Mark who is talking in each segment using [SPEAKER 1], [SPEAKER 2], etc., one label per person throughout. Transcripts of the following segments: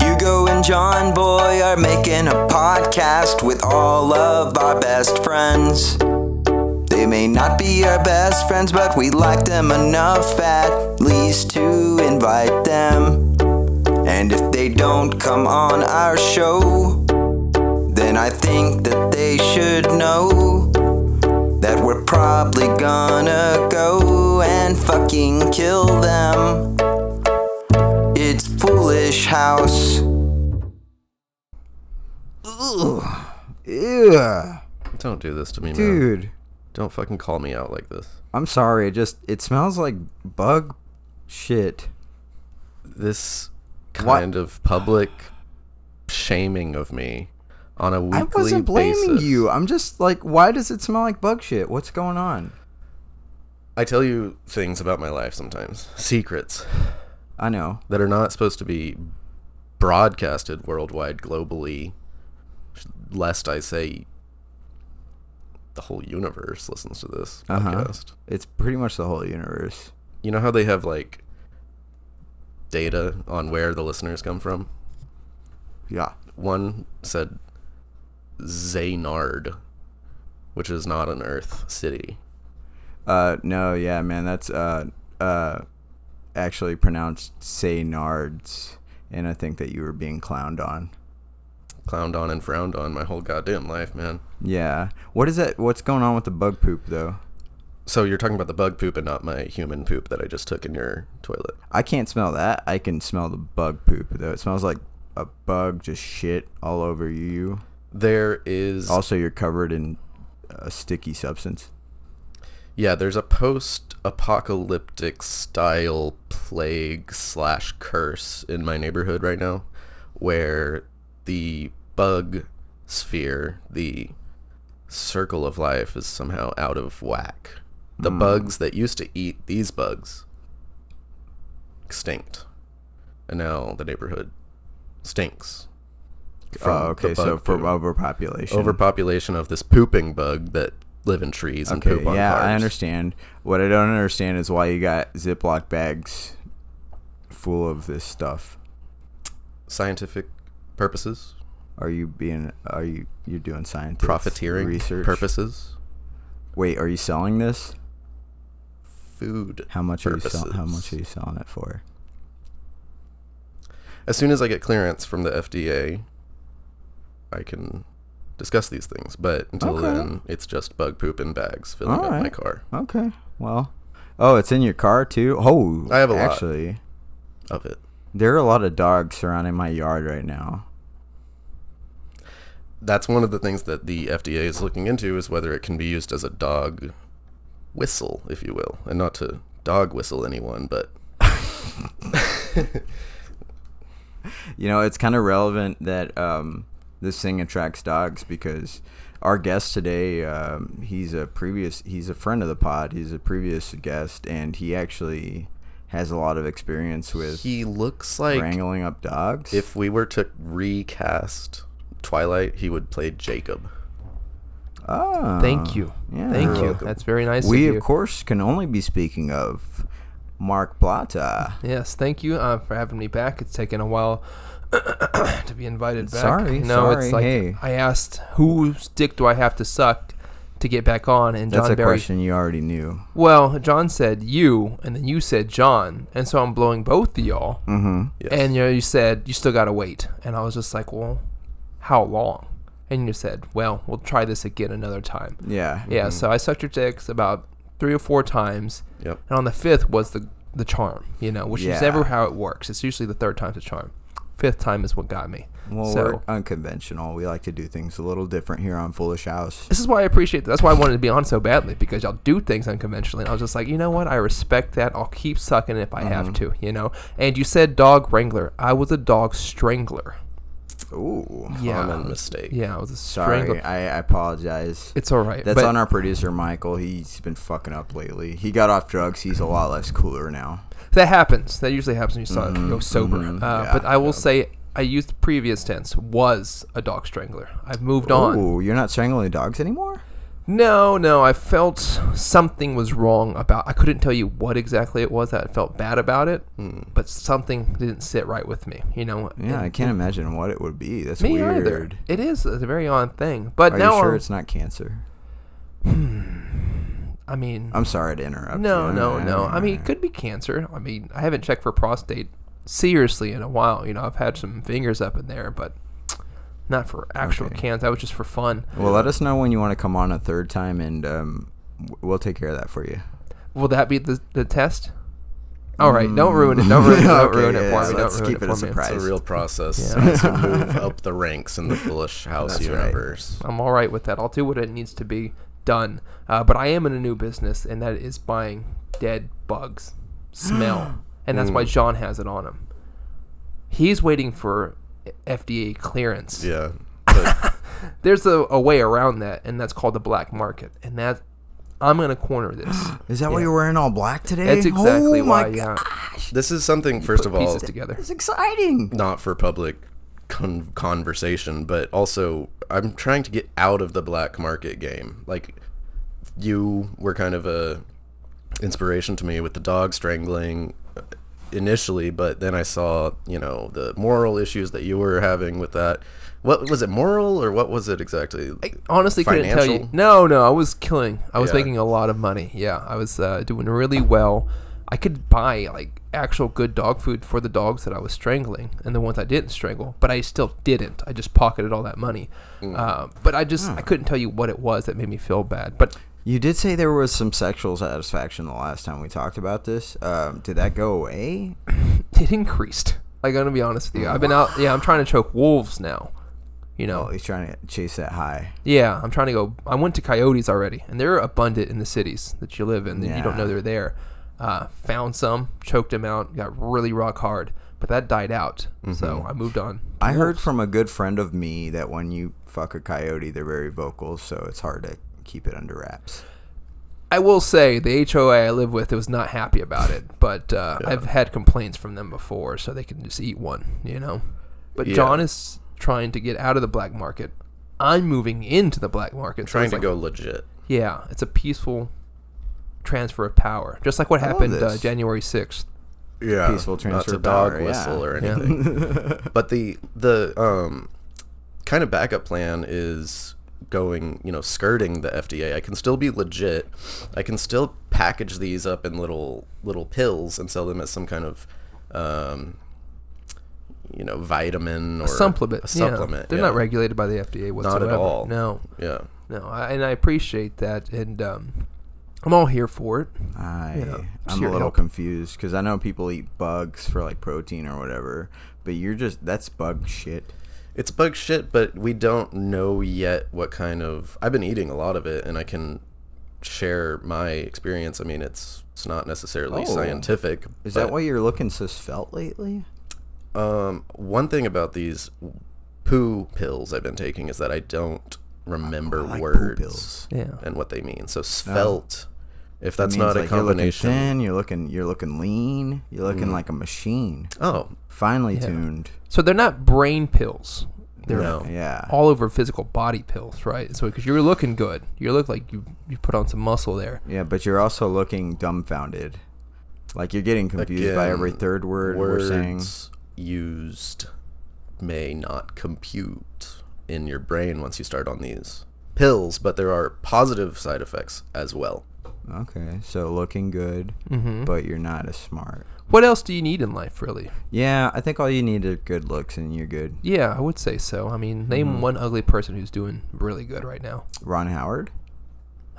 [SPEAKER 1] and John Boy are making a podcast with all of our best friends. They may not be our best friends, but we like them enough at least to invite them. And if they don't come on our show, then I think that they should know that we're probably gonna go and fucking kill them. It's Foolish House.
[SPEAKER 2] Ugh,
[SPEAKER 3] Don't do this to me, man.
[SPEAKER 2] dude.
[SPEAKER 3] Don't fucking call me out like this.
[SPEAKER 2] I'm sorry. It just it smells like bug shit.
[SPEAKER 3] This
[SPEAKER 2] What?
[SPEAKER 3] kind of public shaming of me on a weekly
[SPEAKER 2] I wasn't blaming
[SPEAKER 3] basis.
[SPEAKER 2] you. I'm just like, why does it smell like bug shit? What's going on?
[SPEAKER 3] I tell you things about my life sometimes, secrets
[SPEAKER 2] I know.
[SPEAKER 3] that are not supposed to be broadcasted worldwide, globally, lest I say the whole universe listens to this
[SPEAKER 2] Uh-huh.
[SPEAKER 3] podcast.
[SPEAKER 2] It's pretty much the whole universe.
[SPEAKER 3] You know how they have like data on where the listeners come from?
[SPEAKER 2] Yeah.
[SPEAKER 3] one said Zaynard, which is not an Earth city.
[SPEAKER 2] Uh, no, yeah, man, that's uh, uh, actually pronounced Saynards, and I think that you were being clowned on.
[SPEAKER 3] Clowned on and frowned on my whole goddamn life, man.
[SPEAKER 2] Yeah. What is that? What's going on with the bug poop though?
[SPEAKER 3] So you're talking about the bug poop and not my human poop that I just took in your toilet.
[SPEAKER 2] I can't smell that. I can smell the bug poop though. It smells like a bug just shit all over you.
[SPEAKER 3] There is
[SPEAKER 2] Also, you're covered in a sticky substance.
[SPEAKER 3] yeah, there's a post-apocalyptic style plague slash curse in my neighborhood right now, where the bug sphere, the circle of life, is somehow out of whack. The
[SPEAKER 2] Hmm.
[SPEAKER 3] bugs that used to eat these bugs extinct, and now the neighborhood stinks. from
[SPEAKER 2] oh,
[SPEAKER 3] the
[SPEAKER 2] okay. So
[SPEAKER 3] bug
[SPEAKER 2] from
[SPEAKER 3] poop.
[SPEAKER 2] overpopulation.
[SPEAKER 3] overpopulation of this pooping bug that live in trees and
[SPEAKER 2] Okay,
[SPEAKER 3] poop on
[SPEAKER 2] yeah,
[SPEAKER 3] cars.
[SPEAKER 2] I understand. What I don't understand is why you got Ziploc bags full of this stuff.
[SPEAKER 3] scientific purposes,
[SPEAKER 2] Are you being? Are you you're doing science
[SPEAKER 3] profiteering
[SPEAKER 2] research
[SPEAKER 3] purposes,
[SPEAKER 2] Wait, are you selling this?
[SPEAKER 3] food.
[SPEAKER 2] How much are you selling? How much
[SPEAKER 3] purposes.
[SPEAKER 2] are you selling it for?
[SPEAKER 3] As soon as I get clearance from the FDA, I can discuss these things. But until
[SPEAKER 2] Okay.
[SPEAKER 3] then, it's just bug poop in bags filling up my
[SPEAKER 2] Alright.
[SPEAKER 3] car.
[SPEAKER 2] Okay, well, oh, it's in your car too. Oh,
[SPEAKER 3] I have a lot.
[SPEAKER 2] actually.
[SPEAKER 3] Of it.
[SPEAKER 2] There are a lot of dogs surrounding my yard right now.
[SPEAKER 3] That's one of the things that the FDA is looking into is whether it can be used as a dog whistle, if you will, and not to dog whistle anyone, but
[SPEAKER 2] You know, it's kind of relevant that um, this thing attracts dogs because our guest today, um, he's a previous, he's a friend of the pod. He's a previous guest, and he actually has a lot of experience with
[SPEAKER 3] he looks like
[SPEAKER 2] wrangling up dogs.
[SPEAKER 3] if we were to recast Twilight, he would play Jacob.
[SPEAKER 2] Ah,
[SPEAKER 4] Thank you.
[SPEAKER 2] yeah.
[SPEAKER 4] Thank
[SPEAKER 2] You're
[SPEAKER 4] you.
[SPEAKER 3] welcome.
[SPEAKER 4] That's very nice
[SPEAKER 2] we
[SPEAKER 4] of you.
[SPEAKER 2] of course can only be speaking of Mark Blata.
[SPEAKER 4] Yes, thank you uh, for having me back. It's taken a while to be invited back.
[SPEAKER 2] Sorry,
[SPEAKER 4] no,
[SPEAKER 2] sorry,
[SPEAKER 4] it's like
[SPEAKER 2] hey.
[SPEAKER 4] I asked, whose dick do I have to suck to get back on? And
[SPEAKER 2] That's
[SPEAKER 4] John
[SPEAKER 2] a
[SPEAKER 4] Barry.
[SPEAKER 2] question you already knew.
[SPEAKER 4] Well, John said you, and then you said John, and so I'm blowing both of y'all.
[SPEAKER 2] Mm-hmm.
[SPEAKER 3] Yes.
[SPEAKER 4] And you know, you said you still gotta wait, and I was just like, well, how long? And you said, well, we'll try this again another time.
[SPEAKER 2] Yeah.
[SPEAKER 4] Yeah, so I sucked your dicks about three or four times,
[SPEAKER 3] Yep.
[SPEAKER 4] and on the fifth was the the charm, you know, which
[SPEAKER 2] Yeah.
[SPEAKER 4] is never how it works. It's usually the third time's a charm. Fifth time is what got me.
[SPEAKER 2] Well,
[SPEAKER 4] so
[SPEAKER 2] we're uh, unconventional. We like to do things a little different here on Foolish House.
[SPEAKER 4] this is why I appreciate that. That's why I wanted to be on so badly because y'all do things unconventionally. And I was just like, you know what? I respect that. I'll keep sucking if I have
[SPEAKER 2] Mm-hmm.
[SPEAKER 4] to, you know. And you said dog wrangler. I was a dog strangler.
[SPEAKER 2] Ooh.
[SPEAKER 4] Yeah,
[SPEAKER 3] Common mistake.
[SPEAKER 4] yeah, I was a
[SPEAKER 2] Sorry,
[SPEAKER 4] strangler.
[SPEAKER 2] I, I apologize.
[SPEAKER 4] It's all right.
[SPEAKER 2] That's
[SPEAKER 4] but-
[SPEAKER 2] on our producer Michael. He's been fucking up lately. He got off drugs. He's a lot less cooler now.
[SPEAKER 4] that happens. That usually happens when you start go sober.
[SPEAKER 2] mhm,
[SPEAKER 4] uh,
[SPEAKER 2] yeah,
[SPEAKER 4] but I will say, I used previous tense was a dog strangler. I've moved on.
[SPEAKER 2] Ooh, you're not strangling dogs anymore?
[SPEAKER 4] No, no, I felt something was wrong about. I couldn't tell you what exactly it was. I felt bad about it, but something didn't sit right with me. You know.
[SPEAKER 2] Hmm. Yeah, I can't imagine what it would be. That's
[SPEAKER 4] Me
[SPEAKER 2] weird.
[SPEAKER 4] either. It is a very odd thing. But
[SPEAKER 2] Are
[SPEAKER 4] now,
[SPEAKER 2] you sure
[SPEAKER 4] I'm- Hmm.
[SPEAKER 2] it's not cancer?
[SPEAKER 4] I mean,
[SPEAKER 2] I'm sorry to interrupt.
[SPEAKER 4] no,
[SPEAKER 2] you.
[SPEAKER 4] no, no. I mean, it could be cancer. I mean, I haven't checked for prostate seriously in a while. You know, I've had some fingers up in there, but not for actual
[SPEAKER 2] Okay.
[SPEAKER 4] cancer. That was just for fun.
[SPEAKER 2] Well, let us know when you want to come on a third time, and um, w- we'll take care of that for you.
[SPEAKER 4] Will that be the, the test? All right, don't ruin it. Don't ruin it. Don't
[SPEAKER 2] Okay,
[SPEAKER 4] ruin it
[SPEAKER 2] yeah,
[SPEAKER 4] for
[SPEAKER 2] so
[SPEAKER 4] me. Don't
[SPEAKER 2] let's
[SPEAKER 4] ruin
[SPEAKER 2] keep
[SPEAKER 4] it
[SPEAKER 2] it
[SPEAKER 4] for
[SPEAKER 2] a
[SPEAKER 4] me.
[SPEAKER 2] surprise.
[SPEAKER 3] It's a real process
[SPEAKER 4] Yeah.
[SPEAKER 3] as you move up the ranks in the Foolish House
[SPEAKER 2] That's right.
[SPEAKER 3] universe.
[SPEAKER 4] I'm all right with that. I'll do what it needs to be done. Uh, but I am in a new business, and that is buying dead bugs. Smell. and that's
[SPEAKER 2] Mm.
[SPEAKER 4] why John has it on him. He's waiting for FDA clearance.
[SPEAKER 3] Yeah. But
[SPEAKER 4] There's a, a way around that, and that's called the black market. And that I'm going to corner this.
[SPEAKER 2] Is that why you're wearing all black today?
[SPEAKER 4] That's exactly
[SPEAKER 2] oh,
[SPEAKER 4] why.
[SPEAKER 2] My God,
[SPEAKER 4] Yeah,
[SPEAKER 3] this is something, first of all,
[SPEAKER 4] pieces together.
[SPEAKER 2] it's exciting.
[SPEAKER 3] not for public con- conversation, but also I'm trying to get out of the black market game. Like you were kind of a inspiration to me with the dog strangling uh, initially, but then I saw, you know, the moral issues that you were having with that. What was it moral or what was it exactly?
[SPEAKER 4] honestly couldn't tell you.
[SPEAKER 3] Financial?
[SPEAKER 4] No, no, I was killing. I was
[SPEAKER 3] Yeah.
[SPEAKER 4] making a lot of money. Yeah, I was uh, doing really well. I could buy like actual good dog food for the dogs that I was strangling and the ones I didn't strangle, but I still didn't. I just pocketed all that money.
[SPEAKER 3] Mm.
[SPEAKER 4] Uh, but I just I couldn't tell you what it was that made me feel bad. But
[SPEAKER 2] You did say there was some sexual satisfaction the last time we talked about this. Um, did that go away?
[SPEAKER 4] it increased. Like I'm gonna be honest with you. I've been out. Yeah, I'm trying to choke wolves now. You know,
[SPEAKER 2] Oh, he's trying to chase that high.
[SPEAKER 4] Yeah, I'm trying to go. I went to coyotes already, and they're abundant in the cities that you live in. That You don't know
[SPEAKER 2] Yeah.
[SPEAKER 4] they're there. Uh, found some, choked them out, got really rock hard, but that died out. So I moved on.
[SPEAKER 2] Mm-hmm. I heard from a good friend of me that when you fuck a coyote, they're very vocal, so it's hard to keep it under wraps.
[SPEAKER 4] I will say the HOA I live with was not happy about it, but uh, I've had complaints from them before, so they can just eat one, you know. But
[SPEAKER 3] Yeah.
[SPEAKER 4] John is trying to get out of the black market. I'm moving into the black market. so
[SPEAKER 3] Trying
[SPEAKER 4] it's
[SPEAKER 3] to
[SPEAKER 4] like-
[SPEAKER 3] go legit.
[SPEAKER 4] Yeah, it's a peaceful transfer of power, just like what
[SPEAKER 2] love
[SPEAKER 4] happened uh,
[SPEAKER 2] this.
[SPEAKER 4] January 6th.
[SPEAKER 3] yeah,
[SPEAKER 2] peaceful transfer
[SPEAKER 3] not to
[SPEAKER 2] of
[SPEAKER 3] dog
[SPEAKER 2] power, yeah.
[SPEAKER 3] whistle or
[SPEAKER 4] Yeah.
[SPEAKER 3] anything. but the the um kind of backup plan is going, you know, skirting the FDA. I can still be legit. I can still package these up in little little pills and sell them as some kind of um you know, vitamin or
[SPEAKER 4] supplement.
[SPEAKER 3] A
[SPEAKER 4] yeah.
[SPEAKER 3] supplement.
[SPEAKER 4] They're
[SPEAKER 3] yeah.
[SPEAKER 4] not regulated by the FDA whatsoever.
[SPEAKER 3] all.
[SPEAKER 4] No,
[SPEAKER 3] Yeah.
[SPEAKER 4] no, I, and I appreciate that, and um, I'm all here for it.
[SPEAKER 2] I,
[SPEAKER 4] Yeah,
[SPEAKER 2] I'm
[SPEAKER 4] sure
[SPEAKER 2] a little
[SPEAKER 4] help.
[SPEAKER 2] confused because I know people eat bugs for like protein or whatever, but you're just that's bug shit.
[SPEAKER 3] It's bug shit, but we don't know yet what kind of. I've been eating a lot of it, and I can share my experience. I mean, it's it's not necessarily
[SPEAKER 2] Oh.
[SPEAKER 3] scientific.
[SPEAKER 2] Is
[SPEAKER 3] but,
[SPEAKER 2] that why you're looking so svelte lately?
[SPEAKER 3] Um, one thing about these poo pills I've been taking is that I don't remember
[SPEAKER 2] like poo
[SPEAKER 3] words
[SPEAKER 2] pills. Oh.
[SPEAKER 4] Yeah.
[SPEAKER 3] and what they mean. So svelte, if that's
[SPEAKER 2] Means,
[SPEAKER 3] not a
[SPEAKER 2] like,
[SPEAKER 3] combination. Mm.
[SPEAKER 2] You're looking thin. You're looking. You're looking lean. You're looking like a machine,
[SPEAKER 3] oh,
[SPEAKER 2] finely tuned.
[SPEAKER 4] So they're not brain pills. They're
[SPEAKER 3] No.
[SPEAKER 2] Yeah.
[SPEAKER 4] all over physical body pills, right? So because you're looking good, you look like you you put on some muscle there.
[SPEAKER 2] Yeah, but you're also looking dumbfounded. Like you're getting confused by every
[SPEAKER 3] Again,
[SPEAKER 2] third word
[SPEAKER 3] words
[SPEAKER 2] we're saying.
[SPEAKER 3] used may not compute in your brain once you start on these pills, but there are positive side effects as well.
[SPEAKER 2] Okay, so looking good,
[SPEAKER 4] Hmm?
[SPEAKER 2] but you're not as smart.
[SPEAKER 4] Mm-hmm. What else do you need in life, really?
[SPEAKER 2] Yeah, I think all you need are good looks, and you're good.
[SPEAKER 4] Yeah, I would say so. I mean, name
[SPEAKER 3] Mm-hmm.
[SPEAKER 4] one ugly person who's doing really good right now.
[SPEAKER 2] Ron Howard.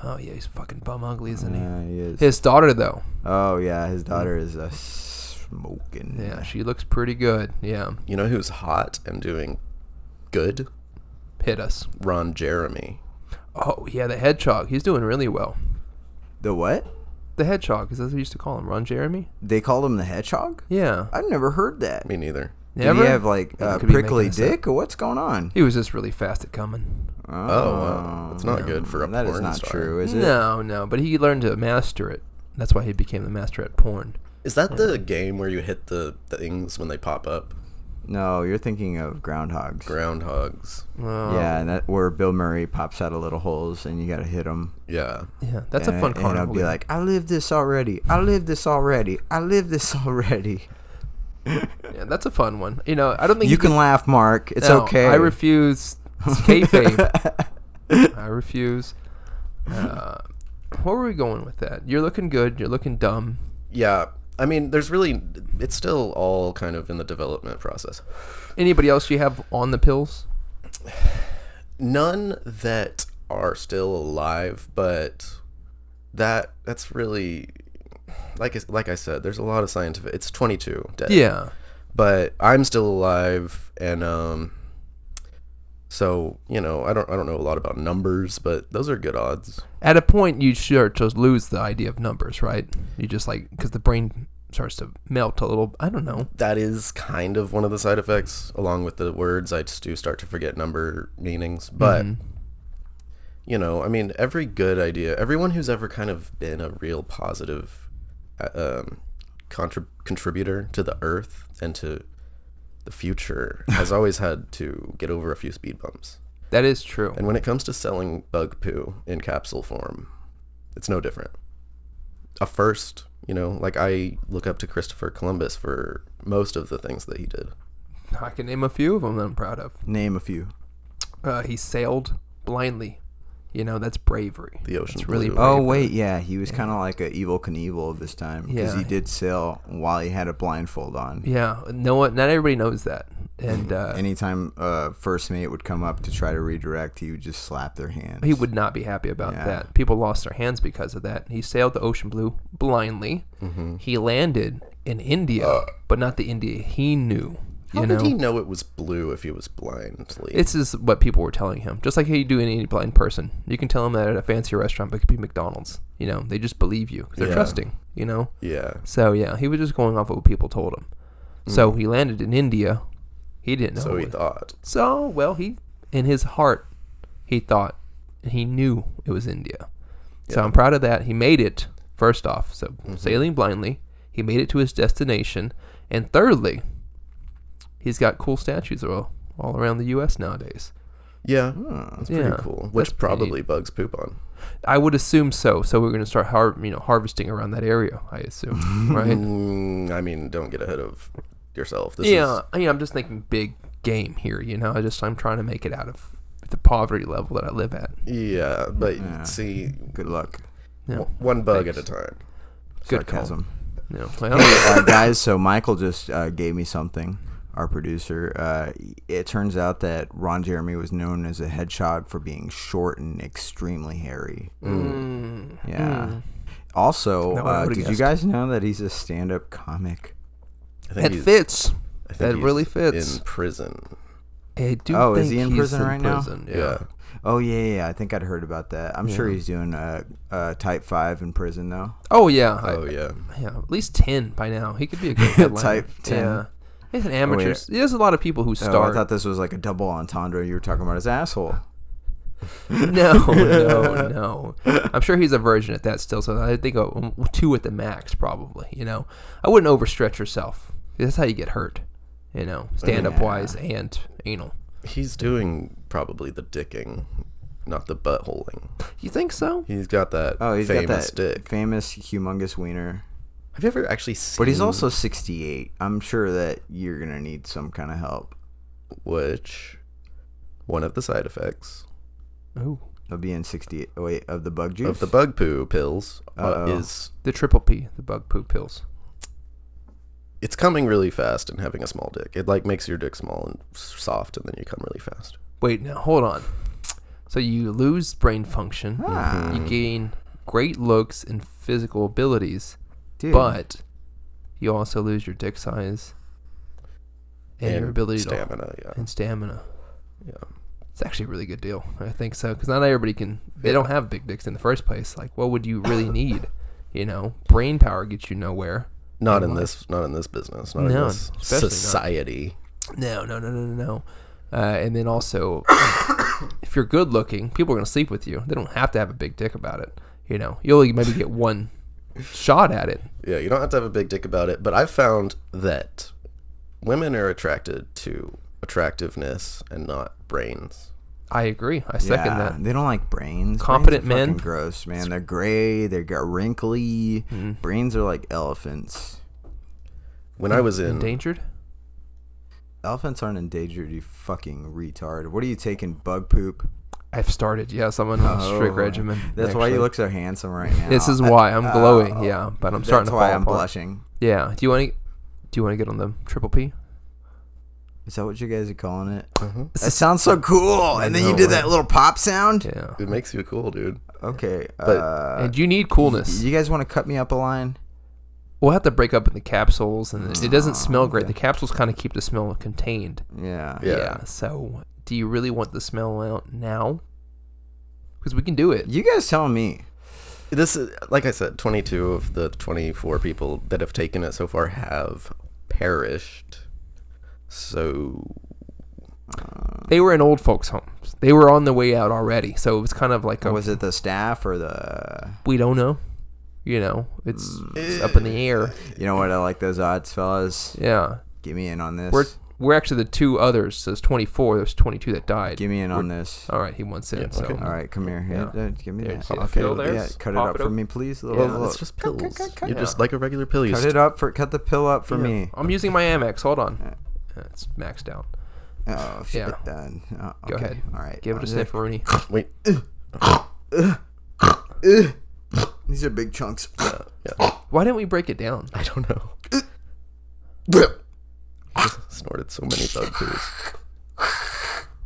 [SPEAKER 4] Oh yeah, he's fucking bum ugly, isn't he?
[SPEAKER 3] Uh,
[SPEAKER 2] Yeah, he is.
[SPEAKER 4] His daughter though,
[SPEAKER 2] oh yeah, his daughter is uh, smoking.
[SPEAKER 4] yeah, she looks pretty good. Yeah,
[SPEAKER 3] You know who's hot and doing good?
[SPEAKER 4] hit us.
[SPEAKER 3] Ron Jeremy.
[SPEAKER 4] Oh yeah, the hedgehog, he's doing really well.
[SPEAKER 2] The what?
[SPEAKER 4] The hedgehog, is that what we used to call him? Ron Jeremy?
[SPEAKER 2] They called him the Hedgehog.
[SPEAKER 4] Yeah.
[SPEAKER 2] I've never heard that.
[SPEAKER 3] Me neither.
[SPEAKER 2] Did
[SPEAKER 4] Never?
[SPEAKER 2] he have like
[SPEAKER 4] I
[SPEAKER 2] uh,
[SPEAKER 4] could be
[SPEAKER 2] prickly
[SPEAKER 4] making this up.
[SPEAKER 2] dick? Or what's going on?
[SPEAKER 4] He was just really fast at coming.
[SPEAKER 3] Oh, wow. It's not good for a
[SPEAKER 2] That is
[SPEAKER 3] porn
[SPEAKER 2] not
[SPEAKER 3] star.
[SPEAKER 2] true, is it?
[SPEAKER 4] No, no, but he learned to master it. That's why he became the master at porn.
[SPEAKER 3] Is that the game where you hit the things when they pop up?
[SPEAKER 2] No, you're thinking of groundhogs.
[SPEAKER 3] Groundhogs.
[SPEAKER 4] Wow.
[SPEAKER 2] yeah, and that where Bill Murray pops out of little holes and you gotta hit him.
[SPEAKER 3] Yeah.
[SPEAKER 4] Yeah, that's
[SPEAKER 2] and,
[SPEAKER 4] a fun
[SPEAKER 2] and
[SPEAKER 4] carnival.
[SPEAKER 2] I'll be
[SPEAKER 4] game.
[SPEAKER 2] like, I lived this already. I lived this already. I lived this already.
[SPEAKER 4] yeah, that's a fun one. You know, I don't think
[SPEAKER 2] You can laugh, Mark. It's
[SPEAKER 4] No,
[SPEAKER 2] okay.
[SPEAKER 4] I refuse. It's kayfabe. I refuse. Uh, where were we going with that? You're looking good. You're looking dumb.
[SPEAKER 3] Yeah. I mean, there's really, it's still all kind of in the development process.
[SPEAKER 4] Anybody else you have on the pills?
[SPEAKER 3] None that are still alive, but that that's really like I, like I said, there's a lot of scientific. It's 22 dead.
[SPEAKER 4] Yeah.
[SPEAKER 3] but I'm still alive, and um, so you know, I don't I don't know a lot about numbers, but those are good odds.
[SPEAKER 4] At a point, you sure just lose the idea of numbers, right? You just like because the brain starts to melt a little. I don't know.
[SPEAKER 3] That is kind of one of the side effects, along with the words. I just do start to forget number meanings, but.
[SPEAKER 4] Mm-hmm.
[SPEAKER 3] You know, I mean, every good idea, everyone who's ever kind of been a real positive uh, um, contrib- contributor to the earth and to the future has always had to get over a few speed bumps.
[SPEAKER 4] That is true.
[SPEAKER 3] And when it comes to selling bug poo in capsule form, it's no different. A first, you know, like I look up to Christopher Columbus for most of the things that he did.
[SPEAKER 4] I can name a few of them that I'm proud of.
[SPEAKER 2] Name a few.
[SPEAKER 4] Uh, he sailed blindly. You know that's bravery.
[SPEAKER 3] The ocean
[SPEAKER 4] That's really
[SPEAKER 3] blue.
[SPEAKER 2] Oh wait, yeah, he was kind of like a evil Knievel of his time because
[SPEAKER 4] Yeah.
[SPEAKER 2] he did sail while he had a blindfold on.
[SPEAKER 4] Yeah, no one, not everybody knows that. And uh,
[SPEAKER 2] Anytime uh, first mate would come up to try to redirect, he would just slap their hands.
[SPEAKER 4] he would not be happy about
[SPEAKER 2] Yeah.
[SPEAKER 4] that. People lost their hands because of that. He sailed the ocean blue blindly. He landed in India, but not the India he knew.
[SPEAKER 3] How
[SPEAKER 4] you
[SPEAKER 3] did
[SPEAKER 4] know,
[SPEAKER 3] he know it was blue if he was blindly?
[SPEAKER 4] It's just what people were telling him. Just like how you do in any blind person. You can tell them that at a fancy restaurant, but it could be McDonald's. You know, they just believe you. 'cause They're
[SPEAKER 3] Yeah.
[SPEAKER 4] trusting, you know?
[SPEAKER 3] yeah.
[SPEAKER 4] So, yeah, he was just going off of what people told him. So he landed in India. He didn't know.
[SPEAKER 3] Hmm. So
[SPEAKER 4] what-
[SPEAKER 3] he thought.
[SPEAKER 4] so, well, he, in his heart, he thought, and he knew it was India. So I'm proud of that. He made it, first off. So,
[SPEAKER 3] Mm-hmm.
[SPEAKER 4] sailing blindly, he made it to his destination. And thirdly, he's got cool statues all, all around the U.S. nowadays.
[SPEAKER 3] Yeah.
[SPEAKER 2] Hmm.
[SPEAKER 3] That's pretty
[SPEAKER 4] Yeah.
[SPEAKER 3] cool.
[SPEAKER 4] That's
[SPEAKER 3] Which
[SPEAKER 4] pretty neat.
[SPEAKER 3] probably bugs poop on.
[SPEAKER 4] I would assume so. So we're going to start har- you know harvesting around that area. I assume, right?
[SPEAKER 3] Mm, I mean, don't get ahead of yourself. This
[SPEAKER 4] yeah,
[SPEAKER 3] is
[SPEAKER 4] I mean, I'm just thinking big game here. You know, I just I'm trying to make it out of the poverty level that I live at.
[SPEAKER 3] yeah, but
[SPEAKER 2] Yeah.
[SPEAKER 3] see,
[SPEAKER 2] Good luck.
[SPEAKER 4] Yeah,
[SPEAKER 3] w- one bug
[SPEAKER 4] Thanks.
[SPEAKER 3] at a time.
[SPEAKER 4] good call.
[SPEAKER 2] Sarcasm.
[SPEAKER 4] No, well,
[SPEAKER 2] uh, guys, so Michael just uh, gave me something. Our producer. Uh, it turns out that Ron Jeremy was known as a hedgehog for being short and extremely hairy. Mm.
[SPEAKER 4] Mm.
[SPEAKER 3] Mm.
[SPEAKER 2] Yeah. Also,
[SPEAKER 4] Not what I
[SPEAKER 2] uh,
[SPEAKER 4] would've
[SPEAKER 2] did you
[SPEAKER 4] guessed.
[SPEAKER 2] guys know that he's a stand-up comic?
[SPEAKER 3] I think
[SPEAKER 4] that
[SPEAKER 3] he's-
[SPEAKER 4] fits.
[SPEAKER 3] I think
[SPEAKER 4] That
[SPEAKER 3] he's
[SPEAKER 4] really fits.
[SPEAKER 3] In prison.
[SPEAKER 4] I do
[SPEAKER 2] Oh, is
[SPEAKER 4] think
[SPEAKER 2] he in
[SPEAKER 4] he's
[SPEAKER 2] prison right now?
[SPEAKER 4] prison, Yeah.
[SPEAKER 3] yeah.
[SPEAKER 2] Oh yeah, yeah, yeah. I think I'd heard about that. I'm sure he's doing uh, uh, type five in prison though.
[SPEAKER 4] Oh yeah. I-
[SPEAKER 3] Oh yeah.
[SPEAKER 4] yeah. At least ten by now. He could be a good headliner.
[SPEAKER 2] Type 10.
[SPEAKER 4] Yeah. He's an amateur. There's a lot of people who
[SPEAKER 2] Oh, I
[SPEAKER 4] start.
[SPEAKER 2] thought this was like a double entendre. You were talking about his asshole.
[SPEAKER 4] No, no, no. I'm sure he's a virgin at that still. So I think a, two at the max, probably. You know, I wouldn't overstretch yourself. That's how you get hurt. You know, stand up wise and anal.
[SPEAKER 3] He's doing probably the dicking, not the buttholing.
[SPEAKER 4] You think so?
[SPEAKER 3] He's got that
[SPEAKER 2] Oh, he's
[SPEAKER 3] famous
[SPEAKER 2] got that
[SPEAKER 3] dick.
[SPEAKER 2] famous humongous wiener.
[SPEAKER 3] Have you ever actually seen?
[SPEAKER 2] But he's also 68. I'm sure that you're gonna need some kind of help
[SPEAKER 3] which one of the side effects
[SPEAKER 4] Ooh,
[SPEAKER 2] of being 68. oh, Wait, of the bug juice.
[SPEAKER 3] of the bug poo pills uh,
[SPEAKER 2] Uh-oh.
[SPEAKER 3] is
[SPEAKER 4] the triple P, the bug poop pills.
[SPEAKER 3] it's coming really fast and having a small dick. It like makes your dick small and s- soft, and then you come really fast.
[SPEAKER 4] Wait, now hold on. So you lose brain function. Ah. You
[SPEAKER 3] Hmm. Mm-hmm.
[SPEAKER 4] gain great looks and physical abilities,
[SPEAKER 2] Dude,
[SPEAKER 4] but you also lose your dick size and, your ability to
[SPEAKER 3] stamina. Yeah,
[SPEAKER 4] and stamina.
[SPEAKER 3] yeah.
[SPEAKER 4] It's actually a really good deal. I think so because not everybody can. They don't have big dicks in the first place. Like, what would you really need? You know, brain power gets you nowhere.
[SPEAKER 3] Not in this. Not in this business. Not in
[SPEAKER 4] No,
[SPEAKER 3] this
[SPEAKER 4] especially not.
[SPEAKER 3] society.
[SPEAKER 4] No, no, no, no, no, no. Uh, and then also, if you're good looking, people are gonna sleep with you. They don't have to have a big dick about it. You know, you only maybe get one shot at it.
[SPEAKER 3] Yeah, you don't have to have a big dick about it, but I've found that women are attracted to attractiveness and not brains.
[SPEAKER 4] I agree. I second
[SPEAKER 2] Yeah,
[SPEAKER 4] that.
[SPEAKER 2] They don't like brains.
[SPEAKER 4] Competent
[SPEAKER 2] brains are
[SPEAKER 4] men.
[SPEAKER 2] fucking gross, man. They're gray. They got wrinkly.
[SPEAKER 4] Mm-hmm.
[SPEAKER 2] Brains are like elephants.
[SPEAKER 3] When I was in
[SPEAKER 4] Endangered?
[SPEAKER 2] Elephants aren't endangered. You fucking retard. What are you taking? Bug poop.
[SPEAKER 4] I've started. Yes, I'm on a strict
[SPEAKER 2] Oh,
[SPEAKER 4] regimen.
[SPEAKER 2] That's why you
[SPEAKER 4] actually.
[SPEAKER 2] look so handsome right now.
[SPEAKER 4] This is
[SPEAKER 2] I-
[SPEAKER 4] why I'm glowing.
[SPEAKER 2] Oh.
[SPEAKER 4] yeah, but I'm
[SPEAKER 2] That's
[SPEAKER 4] starting to fall
[SPEAKER 2] why I'm
[SPEAKER 4] apart.
[SPEAKER 2] blushing.
[SPEAKER 4] Yeah. Do you want to? Do you want to get on the triple P?
[SPEAKER 2] Is that what you guys are calling it?
[SPEAKER 3] Mm-hmm.
[SPEAKER 4] It's
[SPEAKER 2] That sounds so cool. And then you
[SPEAKER 4] know,
[SPEAKER 2] did
[SPEAKER 4] right?
[SPEAKER 2] that little pop sound.
[SPEAKER 4] Yeah.
[SPEAKER 3] it makes you cool, dude.
[SPEAKER 2] Okay. uh,
[SPEAKER 4] and you need coolness.
[SPEAKER 2] you guys want to cut me up a line?
[SPEAKER 4] we'll have to break up in the capsules, and it- it
[SPEAKER 2] Ah,
[SPEAKER 4] doesn't smell great. The capsules kind of keep the smell contained.
[SPEAKER 2] Yeah.
[SPEAKER 3] Yeah.
[SPEAKER 4] So, do you really want the smell out now? Because we can do it.
[SPEAKER 2] You guys tell me.
[SPEAKER 3] This is like I said, 22 of the 24 people that have taken it so far have perished. So
[SPEAKER 2] Uh,
[SPEAKER 4] They were in old folks' homes. They were on the way out already. So it was kind of like a
[SPEAKER 2] Was it the staff or the? mm,
[SPEAKER 4] we don't know. You know, it's, it's up in the air.
[SPEAKER 2] You know what? I like those odds, fellas.
[SPEAKER 4] Yeah.
[SPEAKER 2] Give me in on this.
[SPEAKER 4] We're we're actually the two others. So it's 24. There's 22 that died.
[SPEAKER 2] Give me in on this.
[SPEAKER 4] All right, he wants in. so
[SPEAKER 2] All right, come here. Here,
[SPEAKER 4] Oh. Yeah.
[SPEAKER 2] uh, give me
[SPEAKER 4] There,
[SPEAKER 2] that.
[SPEAKER 4] see the pill there?
[SPEAKER 2] yeah, cut it
[SPEAKER 4] Pop
[SPEAKER 2] up
[SPEAKER 4] it
[SPEAKER 2] for
[SPEAKER 4] up.
[SPEAKER 2] me, please. Little,
[SPEAKER 3] well,
[SPEAKER 2] little-
[SPEAKER 3] it's just pills.
[SPEAKER 2] Cut, cut, cut,
[SPEAKER 3] You're
[SPEAKER 2] cut.
[SPEAKER 3] just like a regular pill. You
[SPEAKER 2] Cut
[SPEAKER 3] st-
[SPEAKER 2] it up for. Cut the pill up for me.
[SPEAKER 4] I'm using my Amex. Hold on. Uh, It's maxed out.
[SPEAKER 2] Oh shit.
[SPEAKER 4] Yeah.
[SPEAKER 2] Done. Oh, okay.
[SPEAKER 4] Go ahead.
[SPEAKER 2] All right.
[SPEAKER 4] Give it a
[SPEAKER 2] Uh,
[SPEAKER 4] sniff, Rooney.
[SPEAKER 3] Wait.
[SPEAKER 2] These are big chunks.
[SPEAKER 4] Why didn't we break it down?
[SPEAKER 3] I don't know. Snorted so many bug poos.